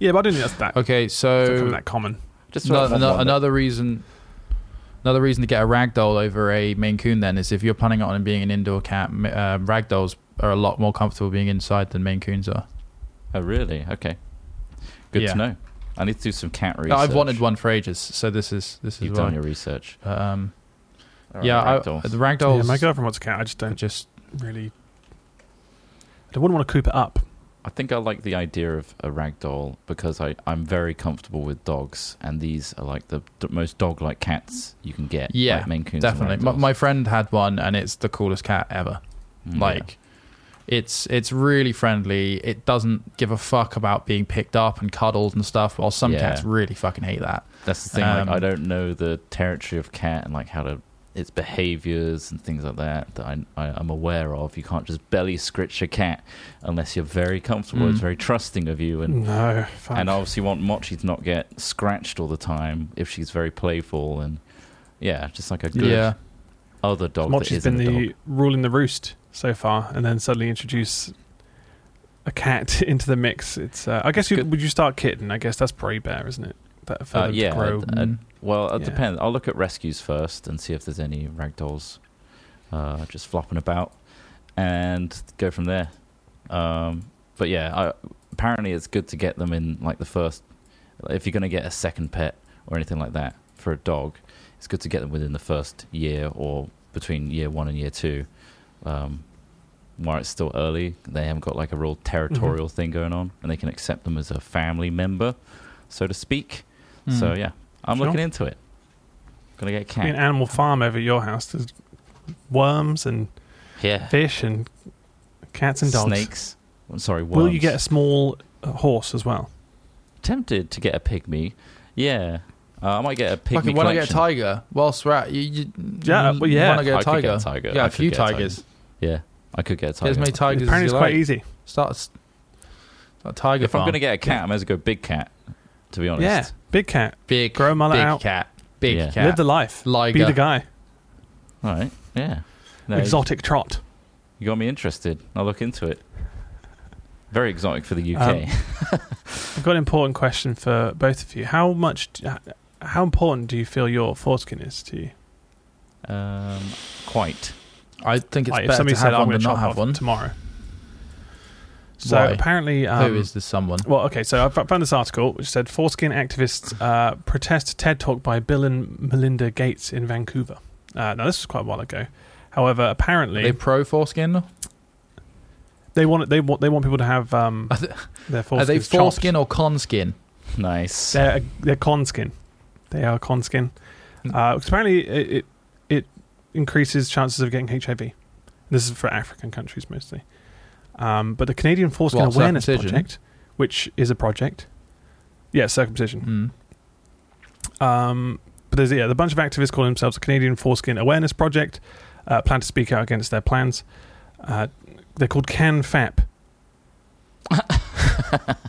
C: Yeah, but I don't think that's that.
D: Okay,
C: It's not
D: so
C: that common.
B: Just
D: no-
B: sort of
D: no-
B: one that-
D: another reason, another reason to get a ragdoll over a Maine Coon then is if you're planning on it being an indoor cat, m- uh, ragdolls are a lot more comfortable being inside than Maine Coons are.
B: Oh, really? Okay. Good
D: Yeah.
B: to know. I need to do some cat research.
D: I've wanted one for ages, so this is this is
B: You've
D: why.
B: done your research.
D: But, um,
B: Or
D: yeah, I,
B: Ragdolls.
D: the ragdolls.
C: Yeah, my girlfriend wants a cat. I just
D: are
C: don't
D: just
C: really. I wouldn't want to coop it up.
B: I think I like the idea of a ragdoll because I, I'm very comfortable with dogs, and these are like the, the most dog like cats you can get.
D: Yeah,
B: like Maine Coons and
D: definitely. My,
B: Ragdolls.
D: my friend had one, and it's the coolest cat ever.
B: Mm,
D: Like, it's it's really friendly. It doesn't give a fuck about being picked up and cuddled and stuff. While some
B: Yeah.
D: cats really fucking hate that.
B: yeah. that's the thing.
D: um,
B: like, I don't know the territory of cat and like how to its behaviors and things like that that I, I, I'm aware of. You can't just belly scritch a cat unless you're very comfortable. It's
D: Mm.
B: very trusting of you, and
C: No, Mm, fuck.
B: and I obviously want Mochi to not get scratched all the time if she's very playful and yeah, just like a good
D: Yeah,
B: other dog. that
C: Mochi's
B: isn't
C: been
B: a dog.
C: the ruling the roost so far, and then suddenly introduce a cat [laughs] into the mix. It's uh, I guess you,
B: Good.
C: would you start kitten? I guess that's Bray Bear, isn't it? That for
B: Uh,
C: them
B: yeah,
C: to grow.
B: I'd- I'd- well, it
C: Yeah.
B: depends. I'll look at rescues first and see if there's any ragdolls uh, just flopping about, and go from there. Um, but yeah, I, apparently it's good to get them in like the first. If you're going to get a second pet or anything like that for a dog, it's good to get them within the first year or between year one and year two. Um, while it's still early, they haven't got like a real territorial thing going on, and they can accept them as a family member, so to speak. So
D: Mm.
B: yeah, I'm
C: Hmm. Sure.
B: looking into it. Gonna get a
C: I mean,
B: cat.
C: Animal Farm over your house. There's worms and
B: Yeah,
C: fish and cats uh, and dogs.
B: snakes. I'm sorry, worms.
C: Will you get a small uh, horse as well?
B: tempted to get a pigmy? Yeah, uh, I might get a pigmy.
D: fucking when I get a
B: collection.
D: tiger, whilst we're at you, you
C: Yeah, well, yeah.
D: when I get
B: I
D: a
B: could get
D: tiger,
B: a tiger.
D: yeah,
B: I
D: a
B: could
D: few
B: get a tiger.
D: tigers.
B: Yeah, I could get a
D: Get as
B: tiger.
D: many tigers
C: Apparently, it's
D: as you
C: quite
D: like.
C: easy.
D: Start, start a tiger
B: if I'm
D: farm.
B: gonna get a cat, I might as well go big cat. To be honest.
C: Yeah, big cat,
D: big
C: grow a mullet
D: big
C: out.
D: cat, big
B: Yeah.
D: cat,
C: live the life,
D: liger.
C: be the guy,
B: All right. Yeah. No,
C: exotic trot.
B: You got me interested. I'll look into it. Very exotic for the UK.
C: Um, I've got an important question for both of you. How much, d- how important do you feel your foreskin is to you?
B: um, quite.
D: I think it's
C: Like,
D: better to have
C: "I'm
D: one
C: gonna
D: than not
C: chop
D: have
C: off
D: one.
C: tomorrow, so
D: Why?
C: apparently, um,
D: Who is this someone?
C: well, okay. So I f- found this article which said foreskin activists uh, protest TED talk by Bill and Melinda Gates in Vancouver. Uh, now this was quite a while ago. However, apparently
D: Are they
C: they,
D: pro foreskin?
C: want they want they want people to have um,
D: Are they,
C: their
D: are
C: foreskins
D: they
C: chopped.
D: foreskin or con skin?
B: Nice.
C: They're they're con skin. They are con skin.
D: Hmm.
C: Uh, 'cause apparently, it, it it increases chances of getting HIV. This is for African countries mostly. Um, but the Canadian Foreskin
D: What,
C: Awareness
D: circumcision?
C: Project, which is a project, yeah, circumcision.
D: Mm. Hmm.
C: Um, but there's yeah, a bunch of activists calling themselves the Canadian Foreskin Awareness Project, uh, plan to speak out against their plans. Uh, they're called
D: [laughs]
C: CanFap,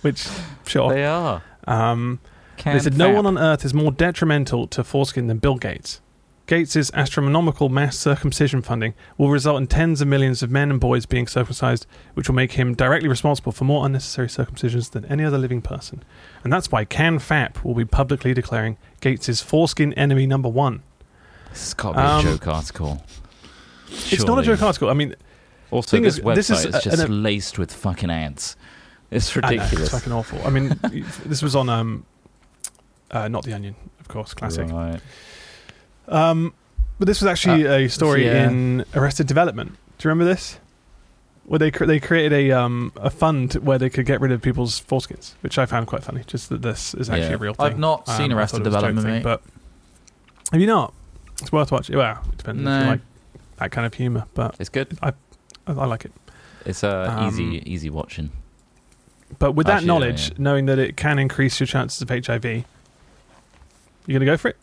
C: which sure.
B: They are.
C: Um,
B: Can
C: they said no
B: fap.
C: one on earth is more detrimental to foreskin than Bill Gates. Gates' astronomical mass circumcision funding will result in tens of millions of men and boys being circumcised, which will make him directly responsible for more unnecessary circumcisions than any other living person. And that's why CanFap will be publicly declaring Gates' foreskin enemy number one.
B: This has got to be
C: Um,
B: a joke article.
C: It's not a
B: Surely.
C: joke article. I mean,
B: Also,
C: Thing
B: this
C: is,
B: website
C: this
B: is,
C: is a-
B: just
C: an-
B: laced with fucking ads. It's
C: I know, it's
B: ridiculous.
C: fucking awful. I mean, [laughs] this was on um, uh, not the Onion, of course, classic.
B: Right.
C: Um, but this was actually a story
D: Uh, yeah.
C: in Arrested Development. Do you remember this? Where they cr- they created a um a fund where they could get rid of people's foreskins, which I found quite funny. Just that this is actually
B: Yeah.
C: a real thing.
D: I've not
C: Um,
D: seen
C: I
D: Arrested
C: thought it was a joke
D: Development,
C: thing,
D: mate.
C: but have you not? It's worth watching. Well, it depends if
D: No.
C: you like that kind of humor, but
B: It's good.
C: I, I like it.
B: It's uh,
C: Um,
B: easy, easy watching.
C: But with that
B: Actually, yeah,
C: knowledge,
B: yeah.
C: knowing that it can increase your chances of HIV, you gonna go for it?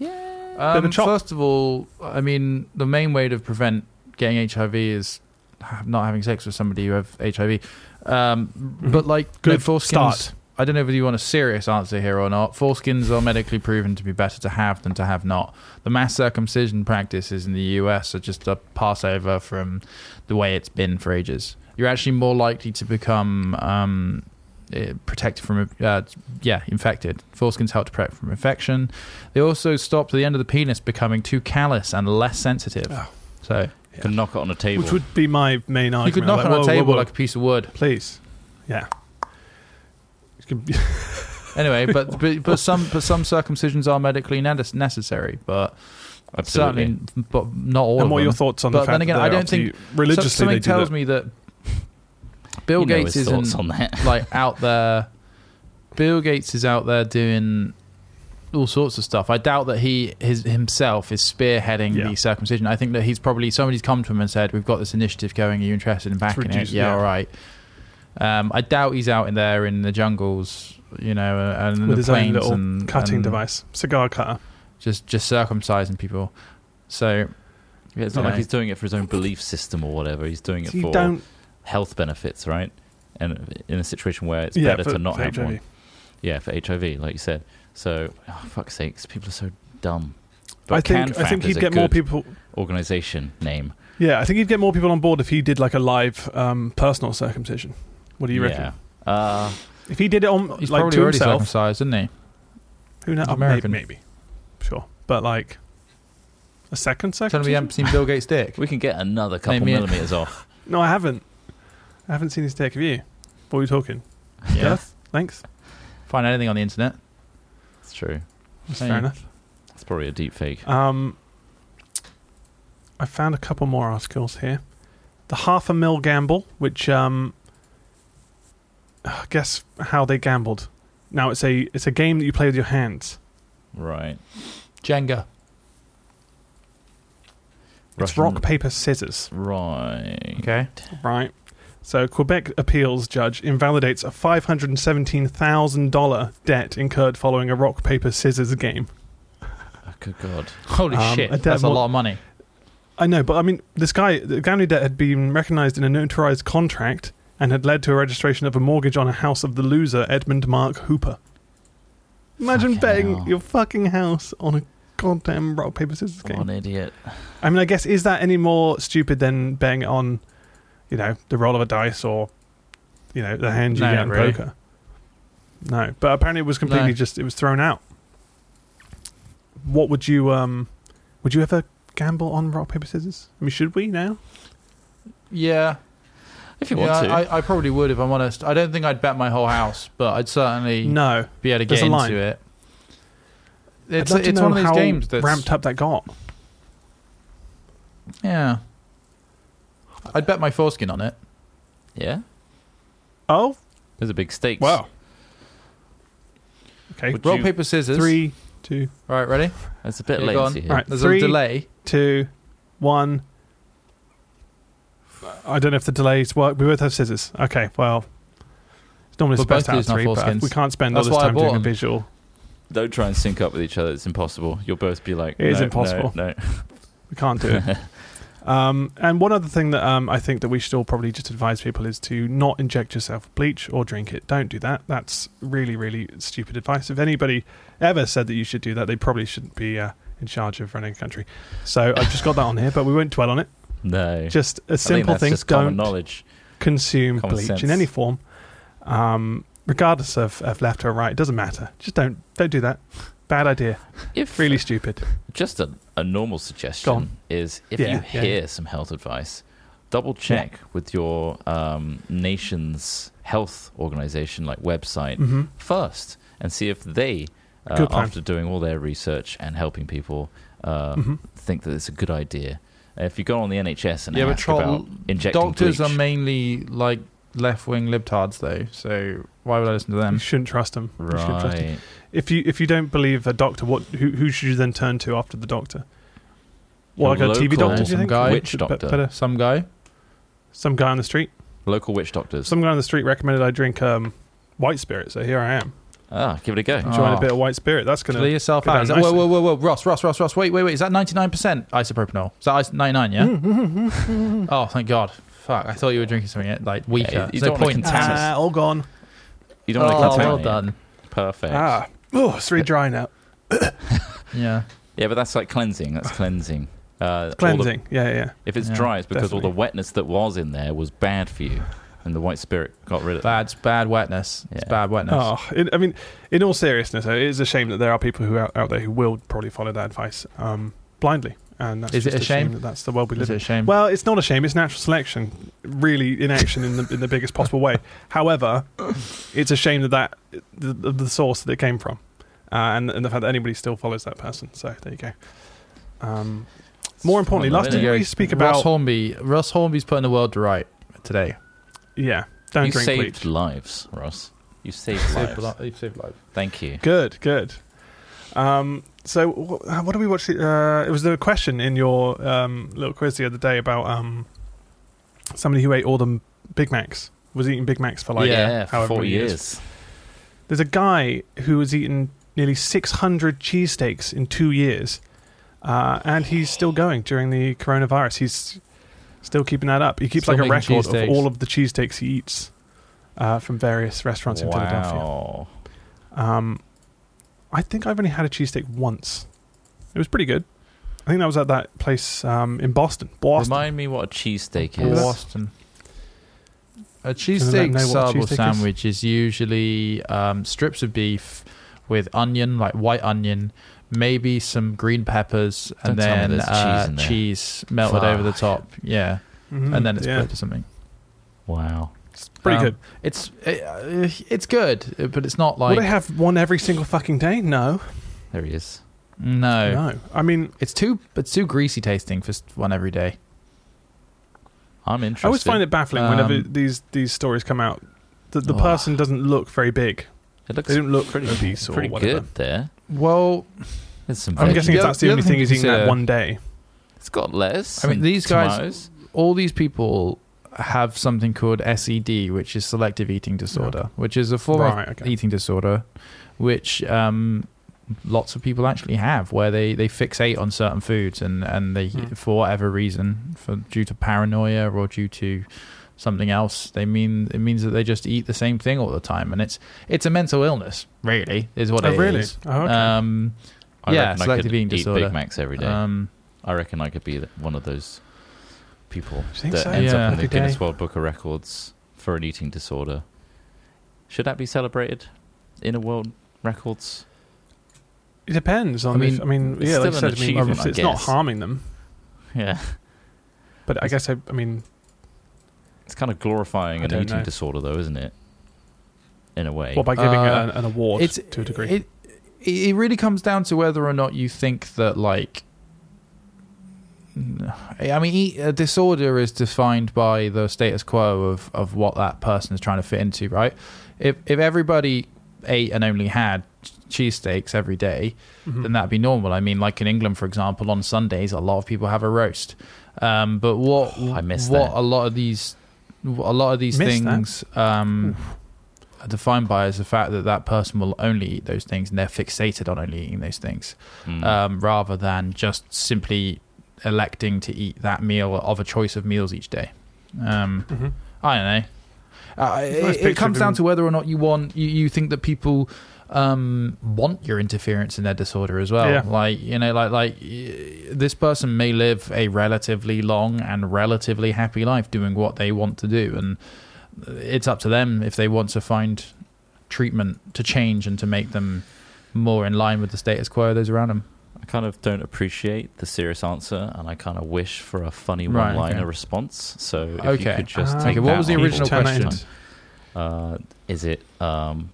D: Um,
C: a chop.
D: first of all, I mean, the main way to prevent getting HIV is ha- not having sex with somebody who have HIV. Um,
C: Mm-hmm.
D: But like,
C: Good
D: no, foreskins.
C: start.
D: I don't know whether you want a serious answer here or not. Foreskins are medically proven to be better to have than to have not. The mass circumcision practices in the US are just a passover from the way it's been for ages. You're actually more likely to become um, eh, protected from, uh, yeah, infected. Foreskins help to protect from infection. They also stop the end of the penis becoming too callous and less sensitive.
C: Oh.
D: So
B: You can knock it on a table.
C: Which would be my main argument.
D: you could knock
C: Like,
D: on
C: whoa,
D: a
C: whoa,
D: table
C: whoa,
D: like a piece of wood.
C: please, yeah. You could- [laughs]
D: Anyway, but, but but some but some circumcisions are medically ne- necessary. But
B: Absolutely.
D: Certainly, but not all.
C: and
D: of
C: what are
D: them.
C: your thoughts on
D: But
C: the fact
D: then again,
C: that
D: I
C: they
D: don't
C: obviously-
D: think
C: religiously
D: something
C: they do
D: tells
C: that.
D: me that Bill
B: You know
D: Gates
B: his thoughts
D: isn't
B: on that.
D: like out there. Bill Gates is out there doing all sorts of stuff. I doubt that he his himself is spearheading
C: Yeah.
D: the circumcision. I think that he's probably somebody's come to him and said, "We've got this initiative going. Are you interested in backing
C: reduce-
D: it?" Yeah,
C: yeah.
D: all right. Um, I doubt he's out in there in the jungles, you know, uh, and in
C: with
D: the
C: his own
D: plains
C: little
D: and um,
C: cutting
D: and
C: device, cigar cutter.
D: just just circumcising people. So
B: [laughs] Yeah, it's not
D: Yeah.
B: like he's doing it for his own belief system or whatever. He's doing it
C: So you
B: for
C: don't,
B: health benefits, right? And in a situation where it's
C: yeah,
B: better
C: for,
B: to not
C: for
B: have
C: HIV.
B: one. Yeah, for HIV, like you said. So, oh, fuck's sakes, people are so dumb. But
C: I think
B: CanFab
C: I think
B: is
C: he'd
B: a
C: get more
B: good
C: people.
B: Organization name.
C: Yeah, I think he'd get more people on board if he did like a live um, personal circumcision. What do you reckon?
B: Yeah. Uh,
C: If he did it on
D: he's
C: like
D: probably
C: to
D: already
C: himself,
D: circumcised, isn't he?
C: who knows?
D: He's
C: Oh, may-
D: American.
C: maybe, sure. But like a second
D: Tell me you
C: circumcision?
D: haven't seen Bill Gates'
C: [laughs]
D: dick.
B: we can get another couple
D: Name it.
B: millimeters off.
C: No, I haven't. I haven't seen his take of you. What are we talking?
D: yeah,
C: Girth? Length?
D: find anything on the internet.
B: It's true.
C: That's
D: Hey.
C: fair enough.
B: It's probably a deep fake.
C: Um, I found a couple more articles here. The half a mil gamble, which um, [sighs] ah, guess how they gambled. Now it's a it's a game that you play with your hands.
B: Right.
D: Jenga.
C: It's
B: Russian-
C: rock paper scissors,
B: Right.
D: Okay.
C: right? So Quebec appeals judge invalidates a five hundred and seventeen thousand dollar debt incurred following a rock paper scissors game.
B: Oh, good God.
D: Holy
C: Um,
D: shit.
C: a
D: That's a
C: demo-
D: lot of money.
C: I know, but I mean, this guy, the gambling debt had been recognised in a notarized contract and had led to a registration of a mortgage on a house of the loser, Edmund Mark Hooper. Imagine
B: Fucking
C: betting
B: hell.
C: your fucking house on a goddamn rock, paper, scissors
B: What
C: game.
B: an idiot.
C: I mean, I guess, is that any more stupid than betting on, you know, the roll of a dice or, you know, the hand you
D: No,
C: get
D: not
C: in
D: really.
C: poker? No, but apparently it was completely
D: No.
C: just, it was thrown out. What would you, um, would you ever gamble on rock, paper, scissors? I mean, should we now?
D: Yeah.
B: If you
D: yeah,
B: want to.
D: I, I probably would if I'm honest. I don't think I'd bet my whole house, but I'd certainly
C: No,
D: be able to
C: There's
D: get
C: a
D: into
C: line.
D: it.
C: it's,
D: It's,
C: I'd love to
D: it's
C: know
D: one of these
C: how
D: games that's
C: ramped up that got.
D: Yeah. I'd bet my foreskin on it.
B: yeah.
C: Oh,
B: There's a big stakes.
C: wow. Okay,
B: Would
D: Rock,
B: you-
D: paper, scissors.
C: three, two,
D: Right, ready?
B: That's a bit
D: Yeah, go on.
B: lazy. here.
C: Right.
D: There's
C: Three.
D: a delay.
C: two, one. I don't know if the delays work. We both have scissors. Okay, well, it's normally
D: We're both
C: supposed to have
D: using our
C: three, but
D: foreskins.
C: we can't spend
D: That's
C: all this
D: why I
C: time doing
D: bought
C: a
D: 'em.
C: visual.
B: Don't try and sync up with each other. It's impossible. You'll both be like,
C: It is
B: "No,
C: impossible."
B: No, no.
C: We can't do
D: [laughs]
C: it. um, and one other thing that um, I think that we should all probably just advise people is to not inject yourself with bleach or drink it. Don't do that. That's really, really stupid advice. If anybody ever said that you should do that, they probably shouldn't be uh, in charge of running a country. So I've just got that on here, but we won't dwell on it.
B: No.
C: Just a
B: I think
C: simple
B: that's
C: thing.
B: Just common
C: Don't
B: knowledge.
C: consume
B: Common
C: bleach in
B: sense.
C: any form, um, regardless of, of left or right. It doesn't matter. Just don't don't do that. Bad idea.
B: If
C: Really stupid.
B: just a, a normal
C: Go
B: suggestion
C: on.
B: is if
C: Yeah,
B: you
C: yeah,
B: hear some health advice, double check with your um, nation's health organization, like website,
C: hmm
B: first and see if they, uh,
C: Good plan.
B: after doing all their research and helping people, uh,
C: Mhm.
B: think that it's a good idea. If you go on the NHS and
D: Yeah, but
B: ask
D: Troll,
B: about injecting
D: Doctors
B: bleach,
D: are mainly like left wing libtards though, so why would I listen to
C: You
D: them?
C: shouldn't trust them. You shouldn't trust 'em.
B: Mm. right?
C: if you if you don't believe a doctor, what who who should you then turn to after the doctor?
B: Your
C: What, like a TV
B: local
C: doctor? Do you think?
D: guy.
B: Witch
C: Be-
B: doctor.
C: better-
D: Some guy.
C: some guy on the street.
B: Local witch doctors.
C: Some guy on the street recommended I drink um, white spirit, so here I am
B: Ah, give it a go.
D: Oh.
C: enjoying a bit of white spirit. That's gonna
D: Clear yourself
C: go
D: out.
C: down
D: Is that- whoa,
C: nicely.
D: whoa, whoa, whoa, Ross, Ross, Ross, Ross. Wait, wait, wait. Is that 99% isopropanol? Is that is- 99, yeah? oh, thank God. Fuck, I thought you were drinking something uh, like weaker.
B: Yeah, you
D: There's no
B: don't wanna
D: point.
B: contaminate.
C: ah, all gone.
B: You don't
D: Oh,
B: want to
D: well
B: contaminate.
D: done.
B: Perfect.
C: Ah, oh, it's really dry now.
D: Yeah.
B: Yeah, but that's like cleansing. That's cleansing. Uh, all the-
C: Cleansing. yeah, yeah, yeah.
B: if it's
D: Yeah,
B: dry, it's because all
C: definitely.
B: the wetness that was in there was bad for you, and the white spirit got rid of it.
D: Bad, bad wetness. It's
B: Yeah.
D: bad wetness.
C: Oh, in, I mean, in all seriousness, it is a shame that there are people who are out there who will probably follow that advice um, blindly, and that's
D: Is it
C: just
D: a shame?
C: that that's the world we live
D: Is
C: in.
D: it a shame?
C: Well, it's not a shame. It's natural selection, really in action in the in the biggest possible way. However, it's a shame that that the, the, the source that it came from, uh, and and the fact that anybody still follows that person. So there you go. Um, more importantly,
B: Well,
C: last
B: there
C: time
B: you
C: we
D: go.
C: speak
D: Russ
C: about
D: Hornby. Russ Hornby's putting the world to right today.
C: yeah, don't
B: you
C: drink
B: saved
C: bleach.
B: lives, Ross. You saved lives. Thank you.
C: Good, good. Um, so wh- uh, what did we watch? The, uh, it was the question in your um, little quiz the other day about um, somebody who ate all the m- Big Macs was eating Big Macs for like
B: yeah, for
C: however
B: four
C: many
B: years.
C: There's a guy who has eaten nearly 600 cheesesteaks in two years, uh, and he's still going during the coronavirus. He's still keeping that up. He keeps
D: Still
C: like a
D: making
C: record of
D: cheesesteaks.
C: all of the cheesesteaks he eats uh, from various restaurants in Philadelphia.
B: Wow.
C: Um, I think I've only had a cheesesteak once. It was pretty good. I think that was at that place um, in Boston. Boston.
B: Remind me what a cheesesteak is.
D: Boston. A
C: Doesn't that know
D: cheesesteak
C: what a
D: sub
C: cheesesteak
D: or
C: is?
D: sandwich is, usually um, strips of beef with onion, like white onion, maybe some green peppers, and
B: Don't tell me
D: then
B: there's
D: uh,
B: cheese in there.
D: cheese melted over the top. Yeah,
C: Mhm,
D: and then it's
C: yeah.
D: put to something.
B: Wow.
C: It's pretty
D: Um,
C: good.
D: It's it, uh, it's good, uh, but it's not
C: Will
D: like
C: they have one every single fucking day? No.
B: There he is.
D: no.
C: No. I mean,
D: It's too it's too greasy tasting for s- one every day.
B: I'm
C: I
B: interested.
C: always find it baffling whenever
D: Um,
C: these these stories come out that the
B: Oh.
C: person doesn't look very big.
B: It looks
C: They don't look
B: pretty,
C: obese or
B: pretty
C: whatever.
B: good there.
D: Well,
B: There's some
C: I'm
B: veggies.
C: guessing if
D: The
C: that's
D: other-
C: the
D: the
C: only
D: other
C: thing
D: thing
C: he's
D: to
C: eating that
D: consider-
C: one day.
B: it's got lettuce.
D: I mean,
B: and
D: these guys-
B: tomatoes.
D: all these people have something called SED, which is selective eating disorder, which is a form
C: Right,
D: of
C: okay.
D: eating disorder, which um, lots of people actually have, where they, they fixate on certain foods and and they
C: Hmm.
D: for whatever reason, for due to paranoia or due to something else, they mean it means that they just eat the same thing all the time, and it's it's a mental illness, really, is what
C: Oh,
D: it is.
C: really? Oh, okay.
D: Um,
B: I
D: yeah,
B: reckon I
D: selective
B: could
D: eating
B: eat
D: disorder.
B: Big Macs every day.
C: Uh,
D: Um,
B: I reckon I could be th- one of those people
C: you think
B: that
C: so?
B: ends
D: Yeah.
B: up in the
C: Every
B: Guinness
C: day.
B: World Book of Records for an eating disorder. Should that be celebrated in a world records?
C: It depends on.
D: I
C: if-
D: mean,
C: I mean,
B: it's
C: yeah, like
B: still
C: I
B: an
C: said, I mean,
B: achievement,
C: if
B: I
C: it's not
B: guess.
C: harming them,
B: Yeah,
C: but I guess I, I mean,
B: it's kind of glorifying
C: I
B: an
C: don't
B: eating
C: know.
B: disorder, though, isn't it? In a way.
C: well, by giving
D: Uh,
C: an, an award to a degree.
D: It, it really comes down to whether or not you think that, like, I mean, e- a disorder is defined by the status quo of, of what that person is trying to fit into, right? If if everybody ate and only had cheesesteaks every day,
C: Mm-hmm.
D: then that'd be normal. I mean, like in England, for example, on Sundays, a lot of people have a roast. Um, but what
B: Oh, I miss
D: what
B: that.
D: a lot of these a lot of these
C: Miss that.
D: things um, are defined by is the fact that that person will only eat those things and they're fixated on only eating those things
B: Mm.
C: Uh,
D: um, rather than just simply electing to eat that meal of a choice of meals each day. Um,
C: Mhm.
D: I don't
C: a
D: know. Uh,
C: nice
D: it,
C: picture
D: it
C: of
D: comes down
C: him.
D: to whether or not you want you, you think that people um, want your interference in their disorder as well.
C: Yeah.
D: Like you know, like like y- this person may live a relatively long and relatively happy life doing what they want to do, and it's up to them if they want to find treatment to change and to make them more in line with the status quo of those around them.
B: I kind of don't appreciate the serious answer, and I kind of wish for a funny
D: Right,
B: one-liner
D: okay.
B: response. So if you
D: Okay.
B: could just
C: Ah,
B: take
D: okay, what
B: that
D: was the
B: on
D: original
B: board.
C: Turn that
D: question?
C: into-
B: Uh, is it um,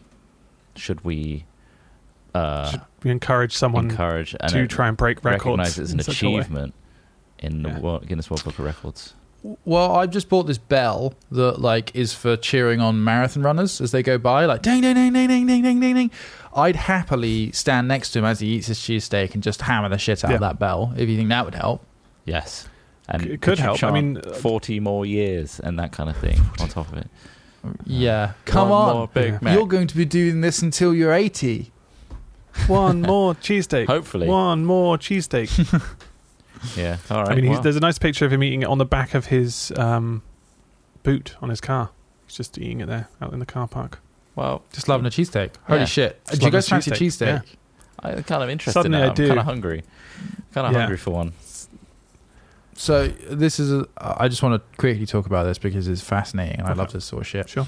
B: should we uh,
C: Should we encourage someone
B: encourage and
C: to
B: uh,
C: try and break
B: recognize
C: records?
B: it as
C: in
B: an
C: such a way?
B: achievement in the
C: Yeah.
B: World, Guinness World Book of Records?
D: Well, I just bought this bell that like is for cheering on marathon runners as they go by, like ding ding ding ding ding ding ding ding ding. I'd happily stand next to him as he eats his cheesesteak and just hammer the shit out
C: Yeah.
D: of that bell if you think that would help.
B: Yes, and
C: C- it could
B: you
C: help. I
B: chant
C: mean, uh,
B: forty more years and that kind of thing on top
C: [laughs]
B: of it.
D: Yeah, come
B: One
D: on,
B: more Big
C: Yeah.
B: Mac.
D: you're going to be doing this until you're eighty.
C: [laughs]
B: [laughs]
C: One more cheesesteak.
B: Hopefully.
C: One more cheesesteak.
B: [laughs] Yeah, all right.
C: I mean, he's,
B: wow.
C: there's a nice picture of him eating it on the back of his um, boot on his car. He's just eating it there out in the car park.
B: well,
D: Just loving a cheesesteak. Holy
B: Yeah.
D: shit!
C: Just
D: Do you
C: loving
D: guys
C: a
D: fancy a
C: cheesesteak.
D: cheesesteak?
B: I'm kind of interested
C: Suddenly
B: now.
C: I
B: I'm
C: do.
B: kind of hungry. Kind of
C: Yeah.
B: hungry for one.
D: So this is. A, I just want to quickly talk about this because it's fascinating and I
C: Okay.
D: love this sort of shit.
C: Sure.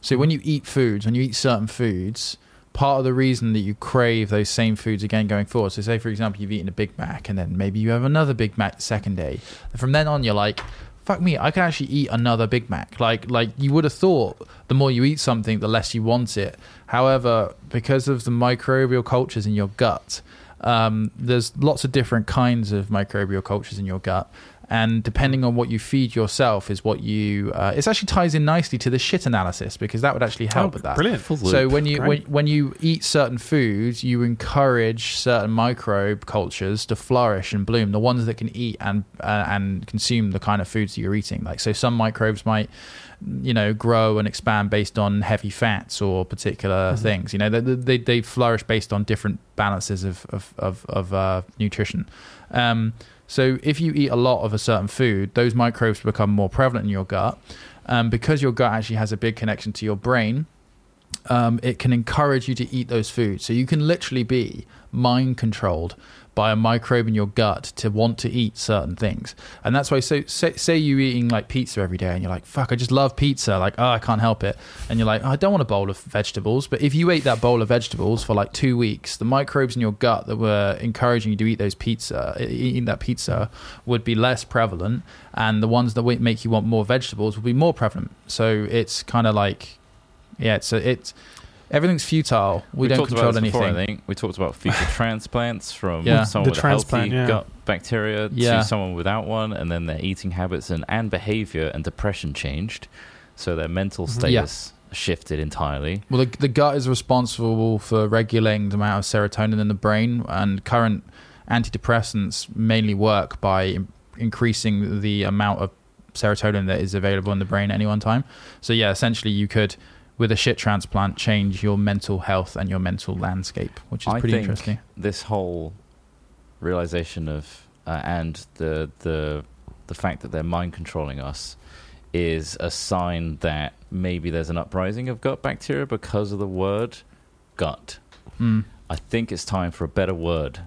D: So when you eat foods, when you eat certain foods, part of the reason that you crave those same foods again going forward. So say for example you've eaten a Big Mac and then maybe you have another Big Mac the second day. From then on you're like, fuck me, I can actually eat another Big Mac. Like like you would have thought the more you eat something, the less you want it. However, because of the microbial cultures in your gut, um, there's lots of different kinds of microbial cultures in your gut. And depending on what you feed yourself is what you. Uh, it actually ties in nicely to the shit analysis because that would actually help
C: Oh,
D: with that.
C: brilliant.
B: Full
D: So
B: loop.
D: when you when,
C: Great.
D: when you eat certain foods, you encourage certain microbe cultures to flourish and bloom. The ones that can eat and uh, and consume the kind of foods that you're eating. Like so, some microbes might you know grow and expand based on heavy fats or particular things. You know they, they they flourish based on different balances of of of, of uh, nutrition. Um, so if you eat a lot of a certain food, those microbes become more prevalent in your gut. Um, because your gut actually has a big connection to your brain, um, it can encourage you to eat those foods. So you can literally be mind controlled by a microbe in your gut to want to eat certain things. And that's why, so say, say you're eating like pizza every day and you're like, fuck, I just love pizza. Like, oh, I can't help it. And you're like, "Oh, I don't want a bowl of vegetables. But if you ate that bowl of vegetables for like two weeks, the microbes in your gut that were encouraging you to eat those pizza, e- eating that pizza would be less prevalent. And the ones that wa- make you want more vegetables will be more prevalent. So it's kind of like, yeah, it's a, it's everything's futile. We, don't
B: talked
D: control
B: about this
D: anything.
B: before, I think we talked about
D: [laughs]
B: fecal transplants from
D: Yeah.
B: someone
C: The
B: with
C: transplant,
B: a healthy
C: yeah.
B: gut bacteria
D: Yeah.
B: to someone without one, and then their eating habits and, and behavior and depression changed, so their mental
D: Mm-hmm. Yeah.
B: status shifted entirely.
D: Well, the, the gut is responsible for regulating the amount of serotonin in the brain, and current antidepressants mainly work by im- increasing the amount of serotonin that is available in the brain at any one time. So, yeah, essentially, you could, with a shit transplant, change your mental health and your mental landscape, which is
B: I
D: pretty
B: think
D: interesting.
B: this whole realization of uh, and the the the fact that they're mind controlling us is a sign that maybe there's an uprising of gut bacteria because of the word gut.
D: Mm.
B: I think it's time for a better word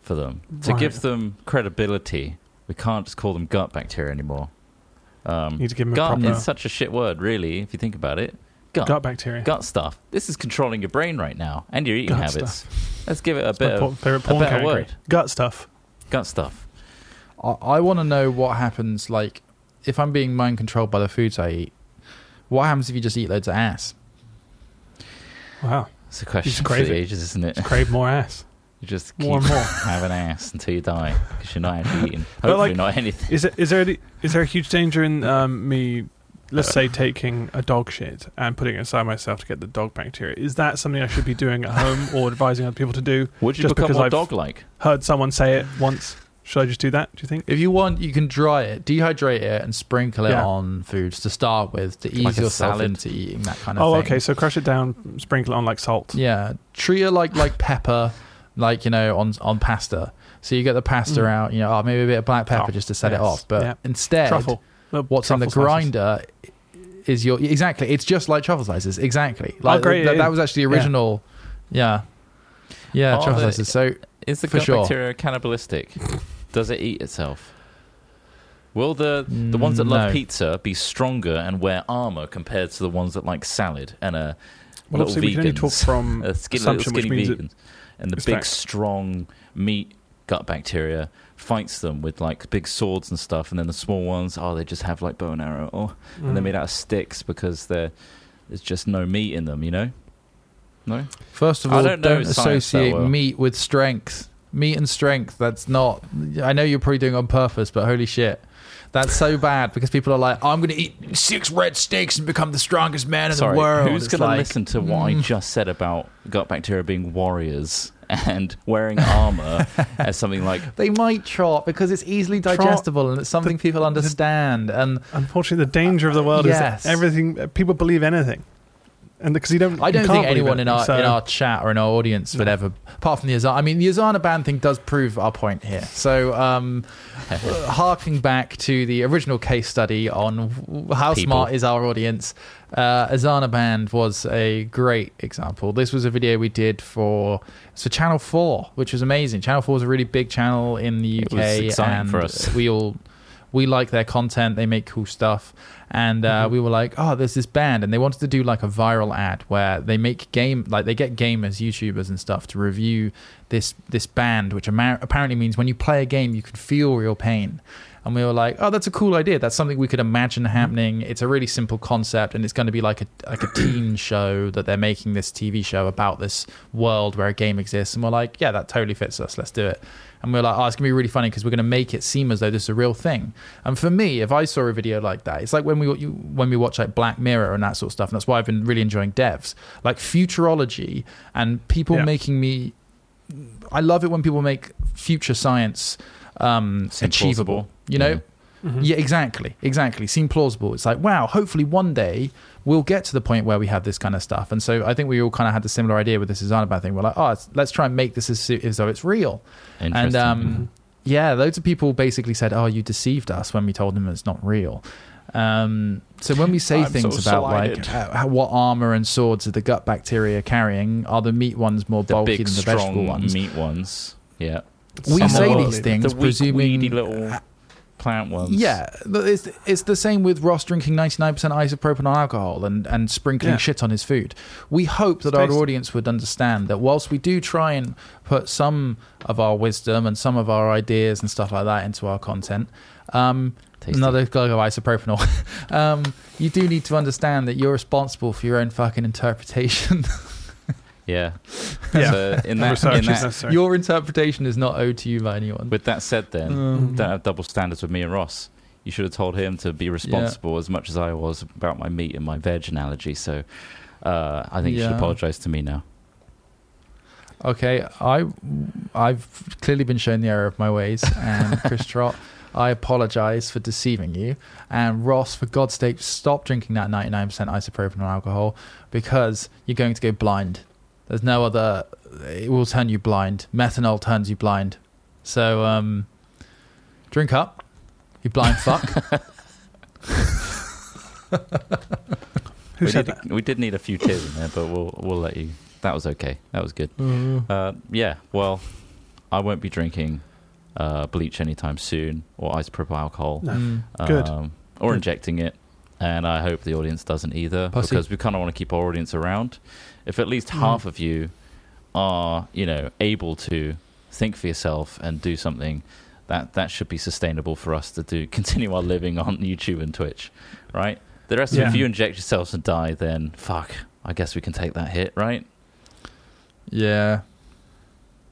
B: for them to
C: Right.
B: give them credibility. We can't just call them gut bacteria anymore. Um,
C: Need to give them a
B: gut
C: proper-
B: is such a shit word, really, if you think about it. Gut,
C: Gut bacteria.
B: gut stuff. This is controlling your brain right now and your eating
C: Gut
B: habits. Let's give it a
C: My
B: bit
C: por-
B: of
C: favorite
B: a
C: porn
B: better
C: category.
B: word.
C: Gut stuff.
B: gut stuff.
D: I, I want to know what happens, like, if I'm being mind controlled by the foods I eat, what happens if you just eat loads of ass?
C: Wow.
B: It's a question for
C: crave
B: the
C: it.
B: ages, isn't it?
C: Just crave
B: [laughs]
C: more ass.
B: You just keep
C: More and more.
B: having ass until you die because you're not actually eating. Hopefully
C: [laughs] But, like,
B: not anything.
C: Is there is there any, is there a huge danger in um, me, let's say, taking a dog shit and putting it inside myself to get the dog bacteria? Is that something I should be doing at home
D: [laughs]
C: or advising other people to do?
B: Would you
C: just
B: become
C: because
B: more
C: I've-
B: dog-like?
C: Heard someone say it once. Should I just do that? Do you think?
D: If you want, you can dry it, dehydrate it, and sprinkle it
C: Yeah.
D: on foods to start with to ease
B: Like a
D: yourself
B: salad.
D: into eating that kind of
C: Oh,
D: thing.
C: okay. So crush it down, sprinkle it on like salt.
D: Yeah, treat it like like pepper, like you know on on pasta. So you get the pasta
C: Mm.
D: out, you know, oh, maybe a bit of black pepper
C: Oh,
D: just to set it
C: yes.
D: off. But
C: Yeah.
D: instead,
C: Truffle. Little
D: what's in the
C: truffle slices.
D: grinder is your exactly. It's just like truffle slices.
B: Oh,
D: Exactly. Like
C: great,
D: that,
C: yeah.
D: that was actually the
C: Yeah.
D: original. Yeah, yeah,
B: Oh,
D: truffle
B: the-
D: slices. So
B: Is the
D: For
B: gut
D: sure.
B: bacteria cannibalistic? Does it eat itself? Will the the ones that
D: Mm, No.
B: love pizza be stronger and wear armor compared to the ones that like salad and a
C: Well,
B: little
C: obviously, we can only talk
B: vegans, [laughs]
C: from
B: a skinny, little
C: assumption, which
B: skinny
C: means it-
B: vegans, and the
C: it's
B: big
C: fact.
B: strong meat gut bacteria fights them with like big swords and stuff, and then the small ones, oh, they just have like bow and arrow, oh, and they're
C: Mm.
B: made out of sticks because they're there's just no meat in them, you know. No,
D: First of
B: I
D: all,
B: don't know
D: don't,
B: science that
D: associate
B: well.
D: meat with strength. Meat and strength, that's not. I know you're probably doing it on purpose, but holy shit. That's so bad because people are like, I'm going to eat six red steaks and become the strongest man in
B: Sorry,
D: the world.
B: who's
D: It's
B: going to
D: like, mm,
B: listen to what I just said about gut bacteria being warriors [laughs] and
D: [laughs]
B: wearing armor as something like
D: They might trot because it's easily
C: Trot-
D: digestible and it's something people understand. And
C: Unfortunately, the danger of the world is
D: Yes.
C: that everything uh, people believe anything, and because you don't,
D: I
C: you
D: don't
C: can't
D: think
C: believe
D: anyone
C: it,
D: in our
C: so-
D: in our chat or in our audience would ever, apart from the Azana. I mean, the Azana ban thing does prove our point here. So,
C: [laughs]
D: um, harking back to the original case study on w- how
B: People.
D: smart is our audience, uh, Azana band was a great example. This was a video we did for so Channel Four, which was amazing. Channel Four is a really big channel in the
B: It
D: UK,
B: was exciting
D: and
B: for us.
D: we all we like their content. They make cool stuff. And uh,
B: Mm-hmm.
D: we were like, oh, there's this band, and they wanted to do like a viral ad where they make game, like they get gamers, YouTubers, and stuff to review this this band, which ama- apparently means when you play a game, you can feel real pain. and we were like, "Oh, that's a cool idea. That's something we could imagine
B: Mm-hmm.
D: happening. It's a really simple concept, and it's going to be like a like a [coughs] teen show that they're making this TV show about this world where a game exists." And we're like, "Yeah, that totally fits us. Let's do it." And we're like, "Oh, it's gonna be really funny because we're gonna make it seem as though this is a real thing." And for me, if I saw a video like that, it's like when we you, when we watch like Black Mirror and that sort of stuff, and that's why I've been really enjoying devs like futurology and people
C: Yeah.
D: making me. I love it when people make future science um,
B: Seem
D: achievable.
B: plausible.
D: You know,
B: Yeah.
D: yeah, exactly, exactly. Seem plausible. It's like, wow, hopefully one day we'll get to the point where we have this kind of stuff. And so I think we all kind of had the similar idea with this Islamabad thing. We're like, oh, it's- let's try and make this as, as though it's real. And
B: Interesting.
D: um, yeah, loads of people basically said, oh, you deceived us when we told them it's not real. Um, so when we say
F: I'm
D: things
F: so
D: about
F: slighted.
D: like uh, how- what armor and swords are the gut bacteria carrying, are the meat ones more
B: the
D: bulky
B: big,
D: than the vegetable
B: strong
D: ones?
B: meat ones. Yeah.
D: We
C: Some
D: say
C: of
D: these
C: it.
D: things
B: the weak,
D: presuming
B: weedy little plant ones.
D: Yeah, th- it's it's the same with Ross drinking 99% isopropanol alcohol and and sprinkling
C: Yeah.
D: shit on his food. We hope that our
C: tasty.
D: audience would understand that whilst we do try and put some of our wisdom and some of our ideas and stuff like that into our content. Um,
B: Tasty.
D: another glug of isopropanol. [laughs] um, you do need to understand that you're responsible for your own fucking interpretation. [laughs]
B: yeah.
C: Yeah.
B: So in that,
C: research
B: in that-
C: is necessary.
D: your interpretation is not owed to you by anyone.
B: with that said, then
D: Um.
B: don't have double standards with me and Ross. You should have told him to be responsible as much as I was about my meat and my veg analogy. So uh, I think you should
D: Yeah.
B: apologize to me now.
D: Okay, I I've clearly been shown the error of my ways,
C: [laughs]
D: and Chris Trot, I apologise for deceiving you, and Ross, for God's sake, stop drinking that ninety nine percent isopropanol alcohol because you're going to go blind. There's no other. It will turn you blind. Methanol turns you blind. So um, drink up, you blind fuck.
C: Who
B: we,
C: said
B: did,
C: that?
B: we did need a few tears in there, but we'll we'll let you. That was okay. That was good.
D: Mm-hmm.
B: Uh, yeah. Well, I won't be drinking uh, bleach anytime soon or isopropyl alcohol.
C: [laughs] No.
D: Mm.
C: Good.
B: um, or injecting it. And I hope the audience doesn't either,
D: Pussy.
B: because we kind of want to keep our audience around. If at least
C: Hmm.
B: half of you are, you know, able to think for yourself and do something, that that should be sustainable for us to do [laughs] continue our living on YouTube and Twitch, right? The rest of you, if
C: Yeah.
B: you inject yourselves and die, then fuck, I guess we can take that hit, right? [laughs]
D: Yeah,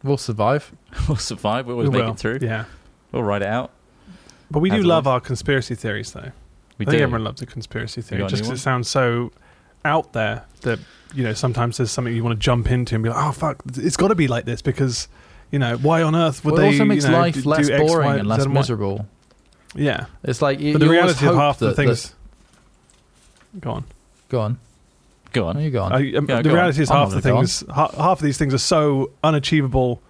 D: we'll survive.
B: We'll survive. We'll always
C: We
B: make
C: will.
B: it through.
C: Yeah.
B: We'll ride it out.
C: But we do
B: As
C: love our conspiracy theories, though.
B: We
C: I think
B: do.
C: everyone loves a conspiracy theory
B: got a
C: just
B: new
C: 'cause
B: one?
C: it sounds so out there that you know sometimes there's something you want to jump into and be like, oh fuck, it's got to be like this because you know why on earth would
D: Well,
C: they?
D: it also makes
C: you know,
D: life
C: do
D: less
C: X,
D: boring
C: Y,
D: and less
C: Z, Y?
D: miserable.
C: Yeah,
D: It's like you,
C: but the
D: you always
C: reality of
D: hope
C: half the
D: that- that-
C: things. Go on.
D: Go on.
B: Go
D: Oh,
B: on.
D: you go on.
C: I, um,
B: Yeah,
C: the
B: go
C: reality
B: on.
C: is
D: I'm
C: half
D: not
C: the
D: gonna go
C: things, ha- half of these things are so unachievable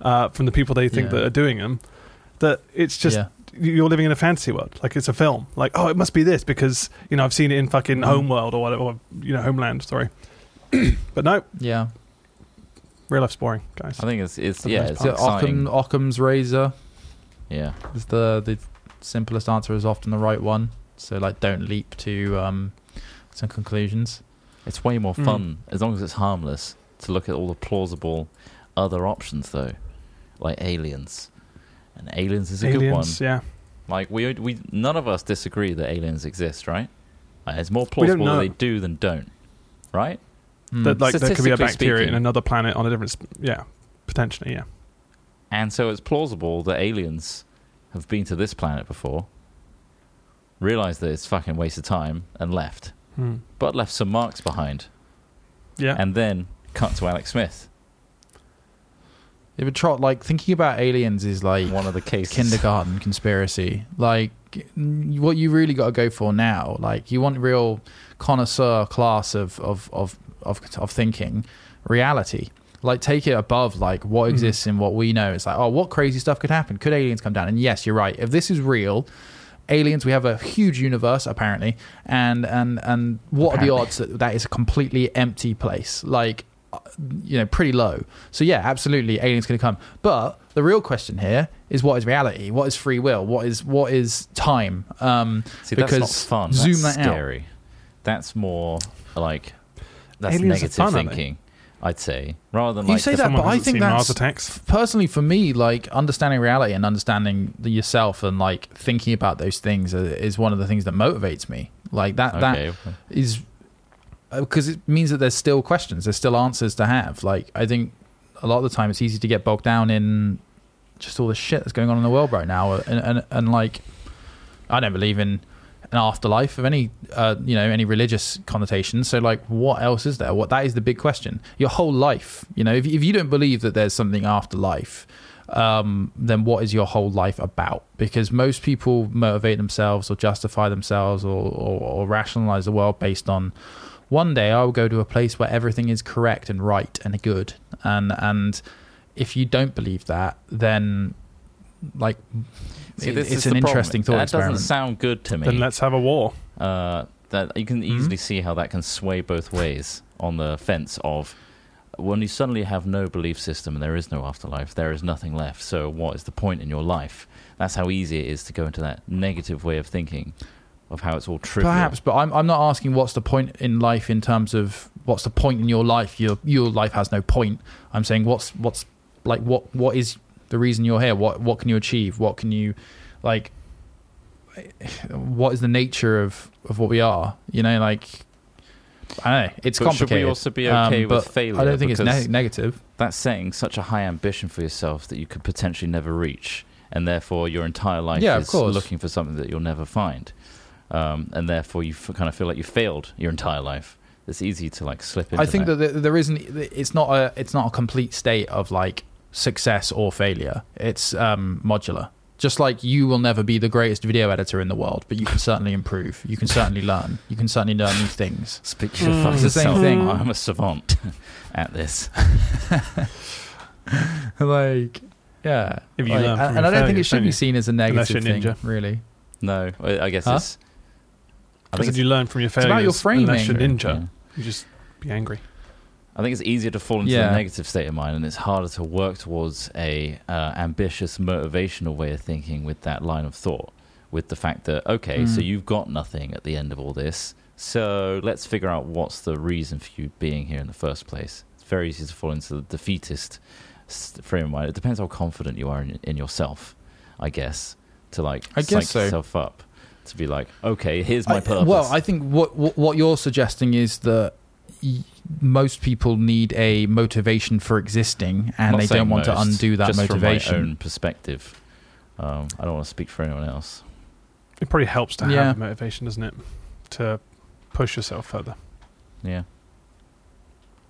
C: uh, from the people they think
D: Yeah.
C: that are doing them that it's just
D: Yeah.
C: you're living in a fantasy world. Like it's a film. Like oh, it must be this because you know I've seen it in fucking
D: Mm.
C: Homeworld or whatever, or, you know Homeland. Sorry, [clears throat] but no,
D: Yeah.
C: real life's boring, guys.
B: I think it's it's
C: For the
B: yeah
C: most
B: it's
D: Is it
B: exciting.
D: Occam, Occam's razor?
B: Yeah.
D: Is the the simplest answer is often the right one. So like, don't leap to um, some conclusions.
B: It's way more
C: Mm.
B: fun as long as it's harmless to look at all the plausible other options, though, like aliens. And aliens is a good one.
C: Aliens, yeah.
B: Like we, we, none of us disagree that aliens exist, right? Like, it's more plausible that
C: know.
B: they do than don't, right?
D: Mm.
C: That like there could be a
B: Statistically
C: bacteria
B: speaking.
C: in another planet on a different, sp- yeah, potentially, yeah.
B: And so it's plausible that aliens have been to this planet before, realized that it's fucking waste of time, and left,
C: Hmm.
B: but left some marks behind.
C: Yeah,
B: And then cut to Alex Smith,
D: Yeah, but Trot, like thinking about aliens is like
B: one of the cases.
D: kindergarten conspiracy. Like n- what you really got to go for now. Like you want real connoisseur class of of of of, of thinking, reality. Like take it above like what exists in what we know. It's like oh, what crazy stuff could happen? Could aliens come down? And yes, you're right. If this is real. Aliens, we have a huge universe apparently, and and and what are the odds that that is a completely empty place? Like, uh, you know, pretty low. So yeah, absolutely, aliens going to come. But the real question here is what is reality? What is free will? What is what is time? Um,
B: See,
D: because
B: that's not fun.
D: Zoom
B: that's
D: that out.
B: scary. That's more like that's
C: Aliens are
B: negative
C: fun, aren't they?
B: thinking. I'd say, rather than
D: You
B: like
D: say
B: the-
D: that,
C: Someone
D: but I
C: hasn't
D: think
C: seen
D: that's
C: Mars Attacks.
D: personally for me like understanding reality and understanding the, yourself and like thinking about those things uh, is one of the things that motivates me like that
B: Okay.
D: that is because it means that there's still questions there's still answers to have like i think a lot of the time it's easy to get bogged down in just all the shit that's going on in the world right now and and, and like i don't believe in an afterlife of any uh, you know any religious connotation so like what else is there what that is the big question your whole life you know if, if you don't believe that there's something after life um, then what is your whole life about because most people motivate themselves or justify themselves or, or, or rationalize the world based on one day I will go to a place where everything is correct and right and good and and if you don't believe that then like
B: See,
D: it-
B: this
D: it's
B: is
D: an
B: the problem.
D: interesting thought
B: That
D: experiment.
B: doesn't sound good to me.
C: Then let's have a war.
B: uh, that you
D: Hmm?
B: can easily see how that can sway both ways on the fence of when you suddenly have no belief system and there is no afterlife, there is nothing left. So what is the point in your life? That's how easy it is to go into that negative way of thinking of how it's all trivial.
D: Perhaps, but I'm, I'm not asking what's the point in life in terms of what's the point in your life. Your your life has no point. I'm saying what's what's like what what is the reason you're here? What what can you achieve? What can you like? What is the nature of of what we are? You know, like I don't know. It's
B: But should we
D: complicated. Um,
B: also be okay with
D: but
B: failure?
D: I don't think it's
B: Because-
D: neg negative.
B: That's setting such a high ambition for yourself that you could potentially never reach, and therefore your entire life
D: Yeah, of
B: is
D: course.
B: looking for something that you'll never find, um, and therefore you f- kind of feel like you failed your entire life. It's easy to like slip into.
D: I think that, there- there isn't. It's not a. It's not a complete state of like success or failure. It's um, modular. Just like you will never be the greatest video editor in the world, but you can certainly improve. You can certainly learn. You can certainly learn new
C: [laughs]
D: things.
B: Speak for fucking
D: It's the same
B: self.
D: thing.
B: I'm a savant [laughs] at this.
D: like, yeah.
C: If you
D: Like,
C: learn from
D: and
C: your
D: and I don't think
C: failures,
D: it should
C: don't
D: be
C: you?
D: seen as a
C: Unless
D: negative
C: you're
D: thing,
C: ninja.
D: really.
B: No, I, I guess
D: Huh?
B: it's. I
C: I
B: think
C: think
B: it's,
C: you learn from your
D: about
C: failures.
D: your framing.
C: Unless you're ninja,
B: yeah.
C: you just be angry.
B: I think it's easier to fall into
D: Yeah.
B: the negative state of mind, and it's harder to work towards a uh, ambitious, motivational way of thinking with that line of thought. With the fact that okay,
D: Mm.
B: so you've got nothing at the end of all this, so let's figure out what's the reason for you being here in the first place. It's very easy to fall into the defeatist s- frame of mind. It depends how confident you are in, in yourself, I guess, to like
D: I guess
B: psych
D: so.
B: yourself up to be like, okay, here's my
D: I-
B: purpose.
D: Well, I think what what, what you're suggesting is that y- most people need a motivation for existing, and
B: Not
D: they don't
B: saying
D: want to
B: most,
D: undo that
B: just
D: motivation.
B: From my own perspective, um, I don't want to speak for anyone else.
C: It probably helps to
D: Yeah.
C: have motivation, doesn't it, to push yourself further.
B: Yeah,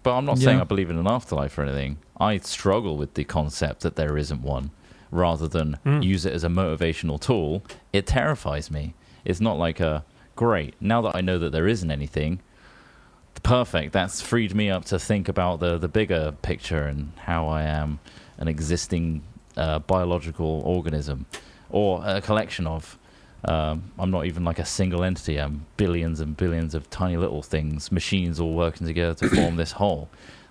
B: but I'm not saying
D: Yeah.
B: I believe in an afterlife or anything. I struggle with the concept that there isn't one. Rather than
D: Hmm.
C: Mm.
B: use it as a motivational tool, it terrifies me. It's not like a great. Now that I know that there isn't anything, perfect. That's freed me up to think about the the bigger picture and how I am an existing uh, biological organism or a collection of. Um, I'm not even like a single entity. I'm billions and billions of tiny little things, machines all working together to form this whole.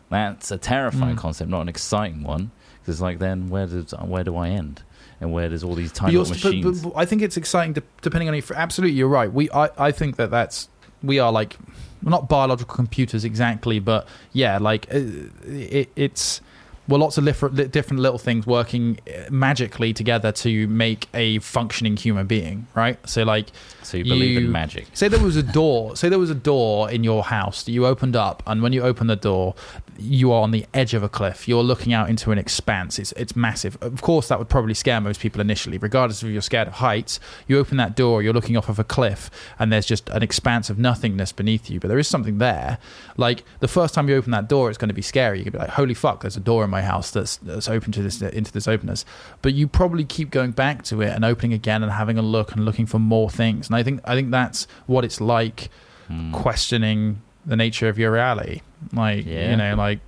B: That's a terrifying
D: Mm.
B: concept, not an exciting one. Because it's like, then where does where do I end? And where does all these tiny
D: But
B: little
D: you're st- but-
B: machines?
D: but- but I think it's exciting de- depending on you. Absolutely, you're right. We, I, I think that that's we are like we're not biological computers exactly, but yeah, like uh, it, it's well, lots of different, li- different little things working uh, magically together to make a functioning human being, right? So like,
B: so you believe
D: you-
B: in magic?
D: Say there was a door. say there was a door in your house that you opened up, and when you open the door, you are on the edge of a cliff. You're looking out into an expanse. It's it's massive. Of course, that would probably scare most people initially, regardless if you're scared of heights. You open that door, you're looking off of a cliff, and there's just an expanse of nothingness beneath you. But there is something there. Like the first time you open that door, it's going to be scary. You're going to be like, "Holy fuck! There's a door in my house that's that's open to this into this openness." But you probably keep going back to it and opening again and having a look and looking for more things. And I think I think that's what it's like
B: Hmm. Mm.
D: questioning the nature of your reality. Like
B: Yeah.
D: you know, like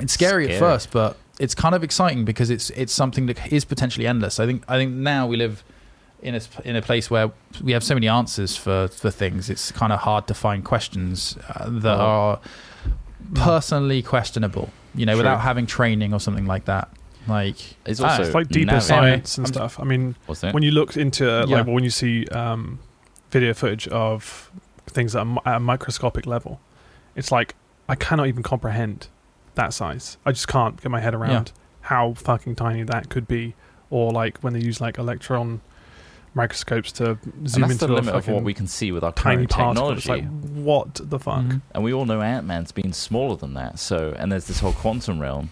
D: it's scary,
B: Scary.
D: at first, but it's kind of exciting because it's it's something that is potentially endless. I think I think now we live in a sp- in a place where we have so many answers for for things. It's kind of hard to find questions uh, that
B: Well- mm.
D: are personally questionable. You know,
B: True.
D: without having training or something like that. Like
B: It's
D: I don't
B: also-
D: know.
C: It's like deeper
B: now-
C: science and
D: I'm-
C: stuff. I mean,
B: What's that?
C: when you look into uh,
D: Yeah.
C: like when you see um, video footage of things that are mi- at a microscopic level, it's like I cannot even comprehend that size. I just can't get my head around how fucking tiny that could be. Or like when they use like electron microscopes to zoom
B: and that's
C: into
B: the
C: a
B: limit of
C: fucking
B: what we can see with our
C: tiny
B: current
C: particle.
B: technology.
C: It's like what the fuck?
D: Mhm.
B: and we all know Ant Man's been smaller than that. So, and there's this whole quantum realm.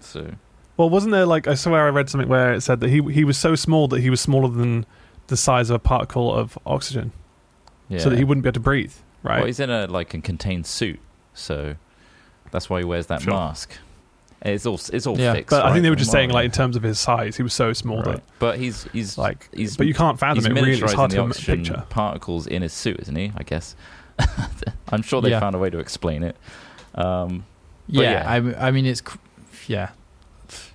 B: So,
C: Well, wasn't there like I swear I read something where it said that he he was so small that he was smaller than the size of a particle of oxygen,
B: yeah.
C: so that he wouldn't be able to breathe. Right?
B: Well, he's in a like a contained suit, so that's why he wears that
C: Sure.
B: mask. And It's all it's all
D: Yeah,
B: fixed.
C: but I
B: right?
C: think they were just
B: Don't
C: saying
B: worry.
C: like in terms of his size, he was so small
B: Right.
C: that
B: But he's he's
C: like.
B: he's
C: but you can't
B: he's
C: fathom it. Really, it's
B: miniaturizing
C: hard
B: the
C: to m-
B: oxygen
C: picture.
B: particles in his suit, isn't he? I guess. [laughs] I'm sure they
D: Yeah.
B: found a way to explain it. Um,
D: yeah,
B: yeah.
D: I m I I, mean it's cr- yeah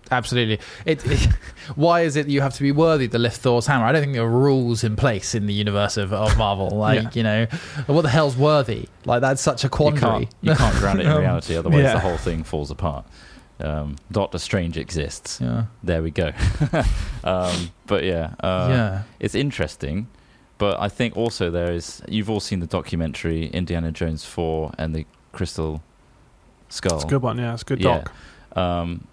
D: absolutely it, it- [laughs] why is it that you have to be worthy to lift thor's hammer i don't think there are rules in place in the universe of, of
B: [laughs]
D: marvel like
C: Yeah.
D: you know what the hell's worthy like that's such a
B: you
D: quandary
B: can't you can't ground it in
D: [laughs] Um,
B: reality, otherwise
C: yeah.
B: the whole thing falls apart. Um, Doctor Strange exists.
D: yeah
B: There we go. [laughs] um, but yeah, uh,
D: yeah
B: it's interesting, but I think also there is. You've all seen the documentary Indiana Jones Four and the Crystal Skull.
C: It's a good one. Yeah, it's a good
B: Yeah.
C: doc.
B: Um,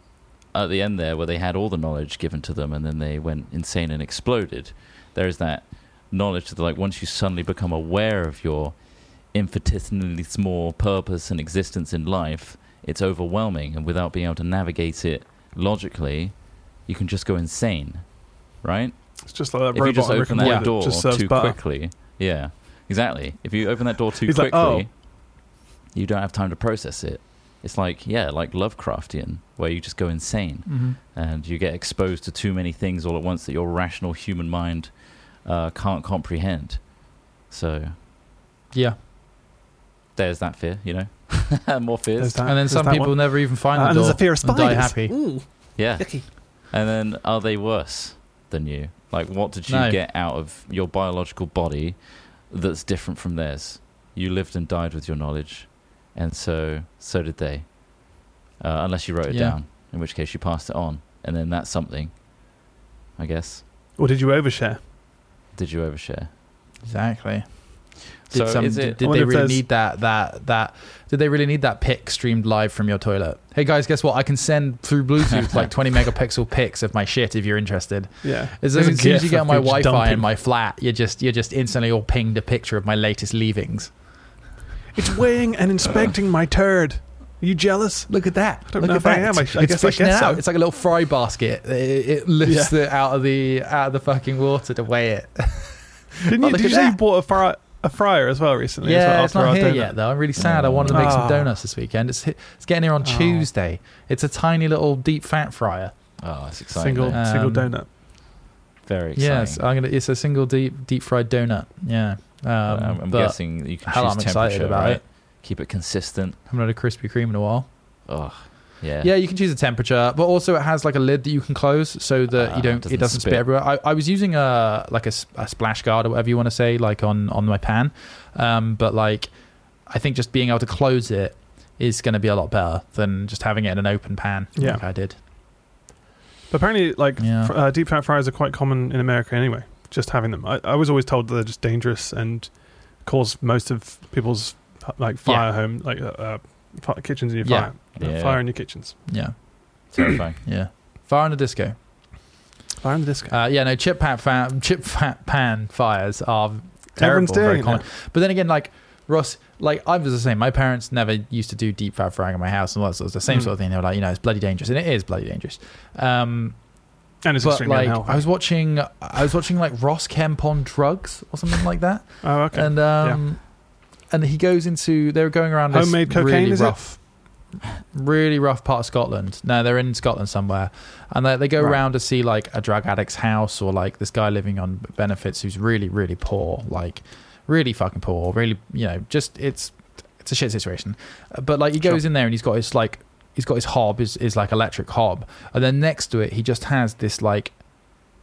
B: at the end there, where they had all the knowledge given to them, and then they went insane and exploded. There is that knowledge that, like, once you suddenly become aware of your infinitesimally small purpose and existence in life, it's overwhelming, and without being able to navigate it logically, you can just go insane, right?
C: It's just like that
B: if
C: robot
B: you just
C: in Rick
B: open
C: and
B: that
C: Morty
B: door
C: just serves
B: too
C: butter.
B: quickly, yeah, exactly. If you open that door too
C: He's like,
B: quickly,
C: "Oh."
B: you don't have time to process it. It's like yeah, like Lovecraftian, where you just go insane
D: mm-hmm.
B: and you get exposed to too many things all at once that your rational human mind uh, can't comprehend. So
D: yeah
B: there's that fear, you know, [laughs] more
C: There's
B: fears.
C: that-
D: and then
C: there's
D: some
C: that
D: people
C: one.
D: never even find
C: Uh,
D: the
C: and
D: door
C: there's a fear of
D: and
C: spiders.
D: die happy
C: Ooh,
B: Yeah,
C: yucky.
B: and then are they worse than you? Like, what did you
D: No.
B: get out of your biological body that's different from theirs? You lived and died with your knowledge, and so so did they. Uh, unless you wrote it
D: Yeah.
B: down, in which case you passed it on, and then that's something. I guess.
C: Or did you overshare?
B: Did you overshare?
D: exactly did,
B: So
D: some,
B: is
D: did-
B: it-
D: did
C: I wonder
D: they
C: if
D: really
C: there's-
D: need that that that did they really need that pic streamed live from your toilet hey guys guess what i can send through
B: [laughs]
D: bluetooth like 20 megapixel pics of my shit if you're interested
C: Yeah.
D: As, as
C: There's a
D: soon as you
C: gif
D: get
C: of
D: my
C: me just
D: Wi-Fi
C: dumping.
D: in my flat, you're just you're just instantly all pinged a picture of my latest leavings.
C: [laughs] It's weighing and inspecting my turd. Are you jealous?
D: Look at that!
C: don't
D: Look
C: know
D: at
C: if I
D: that.
C: am. I sh- I
D: it's
C: guess- I
D: fishing
C: guess
D: it out.
C: so.
D: It's like a little fry basket. It, it lifts
C: Yeah.
D: it out of the out of the fucking water to weigh it.
C: Didn't
D: Oh,
C: you,
D: look
C: did you
D: at
C: say you
D: that.
C: bought a, fry, a fryer as well recently? as
D: yeah,
C: well,
D: it's
C: after
D: not
C: our
D: here
C: dinner?
D: yet though. I'm really sad. I wanted to make
C: Oh.
D: some donuts this weekend. It's hi- it's getting here on
C: Oh.
D: Tuesday. It's a tiny little deep fat fryer.
B: Oh, it's exciting.
C: Single,
B: though.
D: Uh,
C: single
D: Um,
C: donut.
B: Very exciting.
D: Yes, I'm gonna. It's a single deep deep fried donut. Yeah, um,
B: Um, I'm
D: but
B: guessing you can
D: hell,
B: choose
D: I'm
B: temperature,
D: excited about
B: right?
D: it.
B: Keep it consistent.
D: I haven't had a Krispy Kreme in a while.
B: Oh, yeah.
D: Yeah, you can choose the temperature, but also it has like a lid that you can close so that
B: Ah,
D: you don't
B: doesn't
D: it doesn't spit,
B: spit.
D: everywhere. I, I was using a like a, s- a splash guard or whatever you want to say like on on my pan, um, but like I think just being able to close it is going to be a lot better than just having it in an open pan.
C: Yeah.
D: like I did.
C: But apparently, like
D: Yeah.
C: fr- uh, deep fat fries are quite common in America anyway. Just having them, I, I was always told that they're just dangerous and cause most of people's uh, like fire home, like uh, uh, fi- kitchens in your
D: Yeah.
C: fire, uh,
B: Yeah.
C: fire in your kitchens,
D: Yeah,
B: Terrifying.
D: yeah. Fire in the disco.
C: fire in the disco.
D: Uh, yeah, no chip pat fan, chip fat pan fires are
C: Everyone's
D: terrible, very
C: doing it
D: common.
C: now.
D: But then again, like Ross, like I was the same. My parents never used to do deep fat frying in my house, and all that sort of the same
C: Mm.
D: sort of thing. They were like, you know, it's bloody dangerous, and it is bloody dangerous. Um,
C: and it's
D: but
C: extremely
D: like,
C: unhealthy.
D: I was watching, I was watching like Ross Kemp on drugs or something like that,
C: oh, okay.
D: and um, and he goes into they were going around this
C: Homemade cocaine,
D: really
C: is it?
D: rough, really rough part of Scotland. No, they're in Scotland somewhere, and they they go
C: Right.
D: around to see like a drug addict's house or like this guy living on benefits who's really really poor, like really fucking poor, really you know just it's it's a shit situation. Uh, But like he goes in there and he's got his like he's got his hob is is like electric hob, and then next to it he just has this like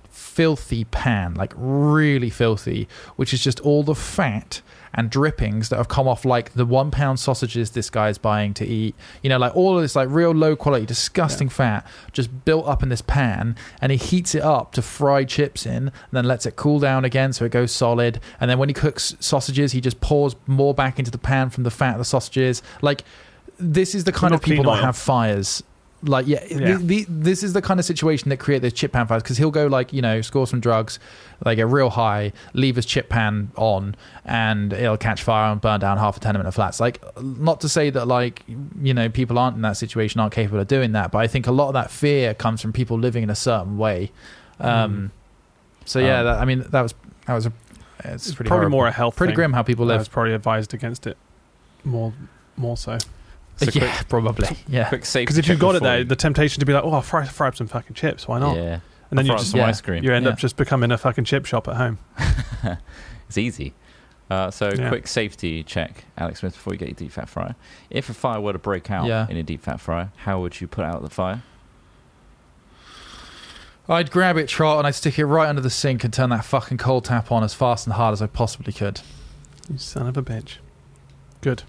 D: filthy pan, like really filthy, which is just all the fat and drippings that have come off like the one pound sausages this guy's buying to eat. You know, like all of this like real low quality, disgusting fat just built up in this pan and he heats it up to fry chips in and then lets it cool down again so it goes solid. And then when he cooks sausages, he just pours more back into the pan from the fat of the sausages. Like this is the kind
C: not
D: of people
C: clean
D: that
C: oil.
D: have fires. Like, yeah, th-
C: Yeah.
D: th- this is the kind of situation that create those chip pan fires because he'll go like, you know, score some drugs, they get real high, leave his chip pan on, and it'll catch fire and burn down half a tenement of flats. Like, not to say that like, you know, people aren't in that situation aren't capable of doing that, but I think a lot of that fear comes from people living in a certain way.
C: Mm.
D: Um, So yeah,
B: Um,
D: that, I mean, that was that was a. It's
C: It's
D: pretty
C: probably
D: horrible.
C: more a health
D: pretty
C: thing. Uh,
D: grim how people
C: I
D: live.
C: was probably advised against it more more so.
B: It's
D: [laughs]
B: a
D: yeah, probably.
B: [coughs]
D: Yeah.
B: Quick safety.
C: Because if
B: check
C: you got it
B: before
C: there,
B: you-
C: the temptation to be like, oh, I'll fry, fry up some fucking chips, why not?
B: yeah,
C: And then you
B: Fry up
C: just
B: some
D: Yeah.
B: ice cream.
C: you end
D: Yeah.
C: up just becoming a fucking chip shop at home.
B: [laughs] It's easy. Uh, so,
C: Yeah.
B: quick safety check, Alex Smith, before you get your deep fat fryer. If a fire were to break out
D: Yeah.
B: in a deep fat fryer, how would you put out the fire?
D: I'd grab it, Trot, and I'd stick it right under the sink and turn that fucking cold tap on as fast and hard as I possibly could.
C: You son of a bitch. Good.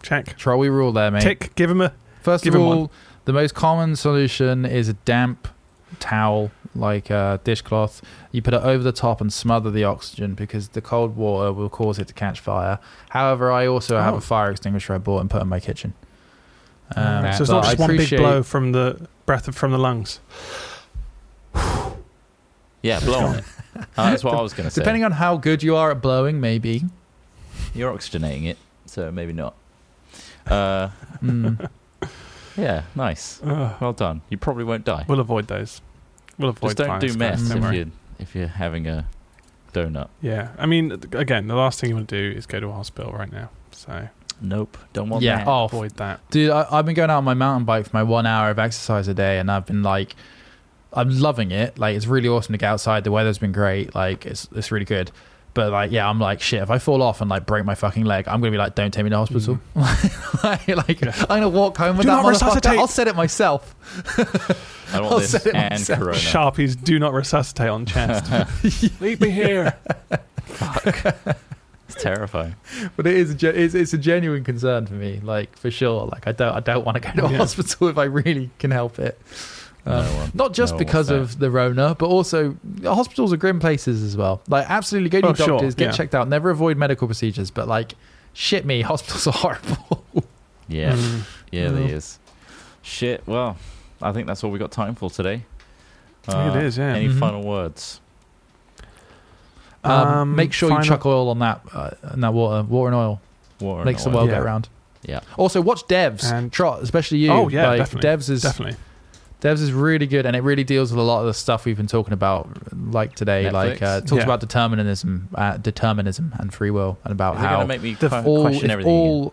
C: Check.
D: Trot, we rule there, mate.
C: Tick. Give him a.
D: First
C: give
D: of
C: him
D: all, the most common solution is a damp towel, like a dishcloth. You put it over the top and smother the oxygen because the cold water will cause it to catch fire. However, I also have
C: Oh.
D: a fire extinguisher I bought and put in my kitchen. Um,
C: so it's not
D: but I
C: just one big
D: appreciate-
C: blow from the breath of, from the lungs.
B: Yeah, blow on it. Uh, that's what I was going to say.
D: Depending on how good you are at blowing, maybe.
B: You're oxygenating it, so maybe not. Uh,
D: Mm.
B: yeah, nice.
C: Ugh.
B: Well done. You probably won't die.
C: We'll avoid those. We'll avoid.
B: Just don't do
C: fires,
B: mess
C: guys, don't
D: Mm.
B: if
C: worry.
B: you're, if you're having a donut.
C: Yeah, I mean, again, the last thing you want to do is go to a hospital right now. So
B: Nope, don't want
D: yeah.
B: that.
D: Oh,
C: avoid that.
D: Dude, I, I've been going out on my mountain bike for my one hour of exercise a day, and I've been like, I'm loving it. Like, it's really awesome to get outside. The weather's been great. Like, it's it's really good. But like, yeah, I'm like, shit. If I fall off and like break my fucking leg, I'm gonna be like, don't take me to hospital. [laughs] like, like, I'm gonna walk home with
C: Do
D: that
C: not
D: motherfucker.
C: resuscitate.
D: I'll set it myself.
B: I
D: I'll
B: want this
D: set it
B: and
D: myself.
B: Corona.
C: Sharpies do not resuscitate on chest. Leave me here. [laughs]
B: It's terrifying.
D: But it is a, gen- it's, it's a genuine concern for me. Like, for sure. Like, I don't I don't want to go to
C: Yeah.
D: hospital [laughs] if I really can help it.
B: No
D: Um,
B: one-
D: Not just
B: no one
D: because
B: wants
D: of the Rona, but also hospitals are grim places as well. Like, absolutely go to
C: Oh,
D: your doctors,
C: sure,
D: get
C: yeah.
D: checked out, never avoid medical procedures. But like, shit me, [laughs] hospitals are horrible.
B: that. Yeah.
C: Mm.
B: Yeah, there
D: Well.
B: is. Shit. Well, I think that's all we got time for today. Uh,
C: I think it is, yeah. Mm-hmm.
B: Any
D: Mhm.
B: final words?
D: Um,
C: Um,
D: make sure
C: final-
D: you chuck oil on that, uh, on that water, water and oil.
B: Warren
D: Makes the
B: or-
D: world
C: oil.
D: go
C: Yeah.
D: round.
B: Yeah.
D: Also, watch Devs,
C: And-
D: Trot, especially you.
C: Oh, yeah,
D: Like,
C: definitely,
D: Devs is
C: Definitely.
D: Devs is really good, and it really deals with a lot of the stuff we've been talking about, like today.
B: Netflix?
D: Like, uh, it talks
C: Yeah.
D: about determinism, uh, determinism, and free will, and about
B: Is it going
D: how
B: to make me
C: the
B: que-
D: all,
B: question
D: if
B: everything? again?
D: all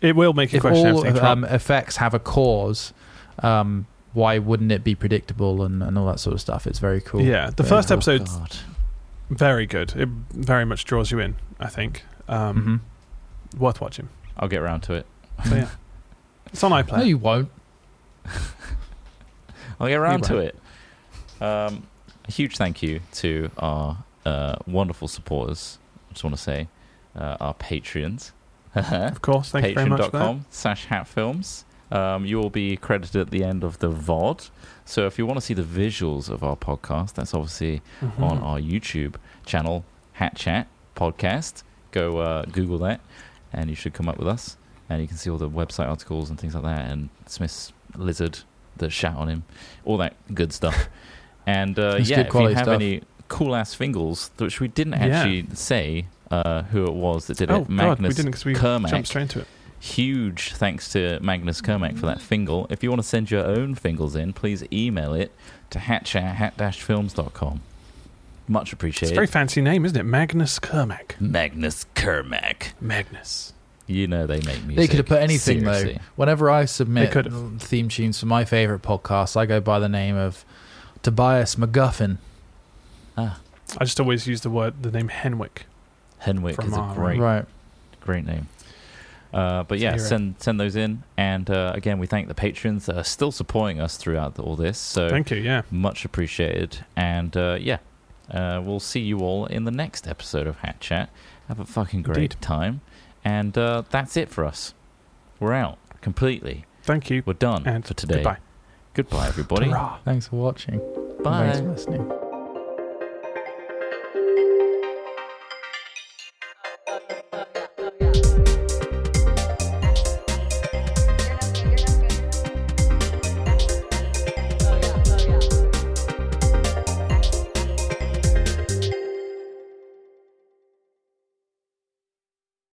C: It will make you
D: if
C: question
D: all
C: everything.
D: um,
C: Um,
D: effects have a cause, um, why wouldn't it be predictable and, and all that sort of stuff? It's very cool. Um,
C: Yeah, the
D: Very
C: first
D: cool.
C: episode's
B: God.
C: very good. It very much draws you in. I think um,
B: Mm-hmm.
D: Mhm.
C: worth watching.
B: I'll get around to it.
C: So yeah, it's on
D: No,
C: iPlayer.
D: you won't.
B: I'll get around to it. Um, a huge thank you to our uh, wonderful supporters. I just want to say uh, our Patreons. [laughs]
C: Of course, thank you very much. For that.
B: patreon.com slash hatfilms. Um, you will be credited at the end of the VOD. So if you want to see the visuals of our podcast, that's obviously
C: Mm-hmm.
B: on our YouTube channel, Hat Chat Podcast. Go uh, Google that, and you should come up with us. And you can see all the website articles and things like that, and Smith's lizard that shat on him, all that good stuff. [laughs] and uh,
D: That's
B: yeah,
D: good
B: if you
D: quality
B: have
D: stuff.
B: any cool ass fingals, which we didn't
C: Yeah.
B: actually say uh, who it was that did
C: Oh
B: it,
C: god, we
B: Magnus
C: didn't because we
B: Kermack
C: jumped straight into it.
B: huge thanks to Magnus Kermack for that fingal. If you want to send your own fingals in, please email it to hatchat hat films.com. Much
C: It's a
B: appreciated.
C: very fancy name, isn't it? Magnus Kermack.
B: Magnus Kermack.
C: Magnus.
B: You know they make music.
D: They could have put anything
B: Seriously.
D: though. Whenever I
C: They
D: submit
C: could've.
D: theme tunes for my favorite podcasts, I go by the name of Tobias McGuffin.
B: Ah,
C: I just always use the word the name Henwick.
B: Henwick
C: From uh,
B: is a
C: our-
B: great,
D: Right.
B: great name. Uh, but
C: It's a
B: yeah,
C: hero.
B: send send those in, and uh, again we thank the patrons that are still supporting us throughout the, all this. So
C: Thank you. Yeah.
B: much appreciated. And uh, yeah, uh, we'll see you all in the next episode of Hat Chat. Have a fucking great
C: Indeed.
B: time. And uh, that's it for us. We're out completely.
C: Thank you.
B: We're done
C: And
B: for today.
C: Goodbye.
B: Goodbye, everybody.
C: Hurrah.
D: Thanks for watching.
B: Bye.
D: Thanks for listening.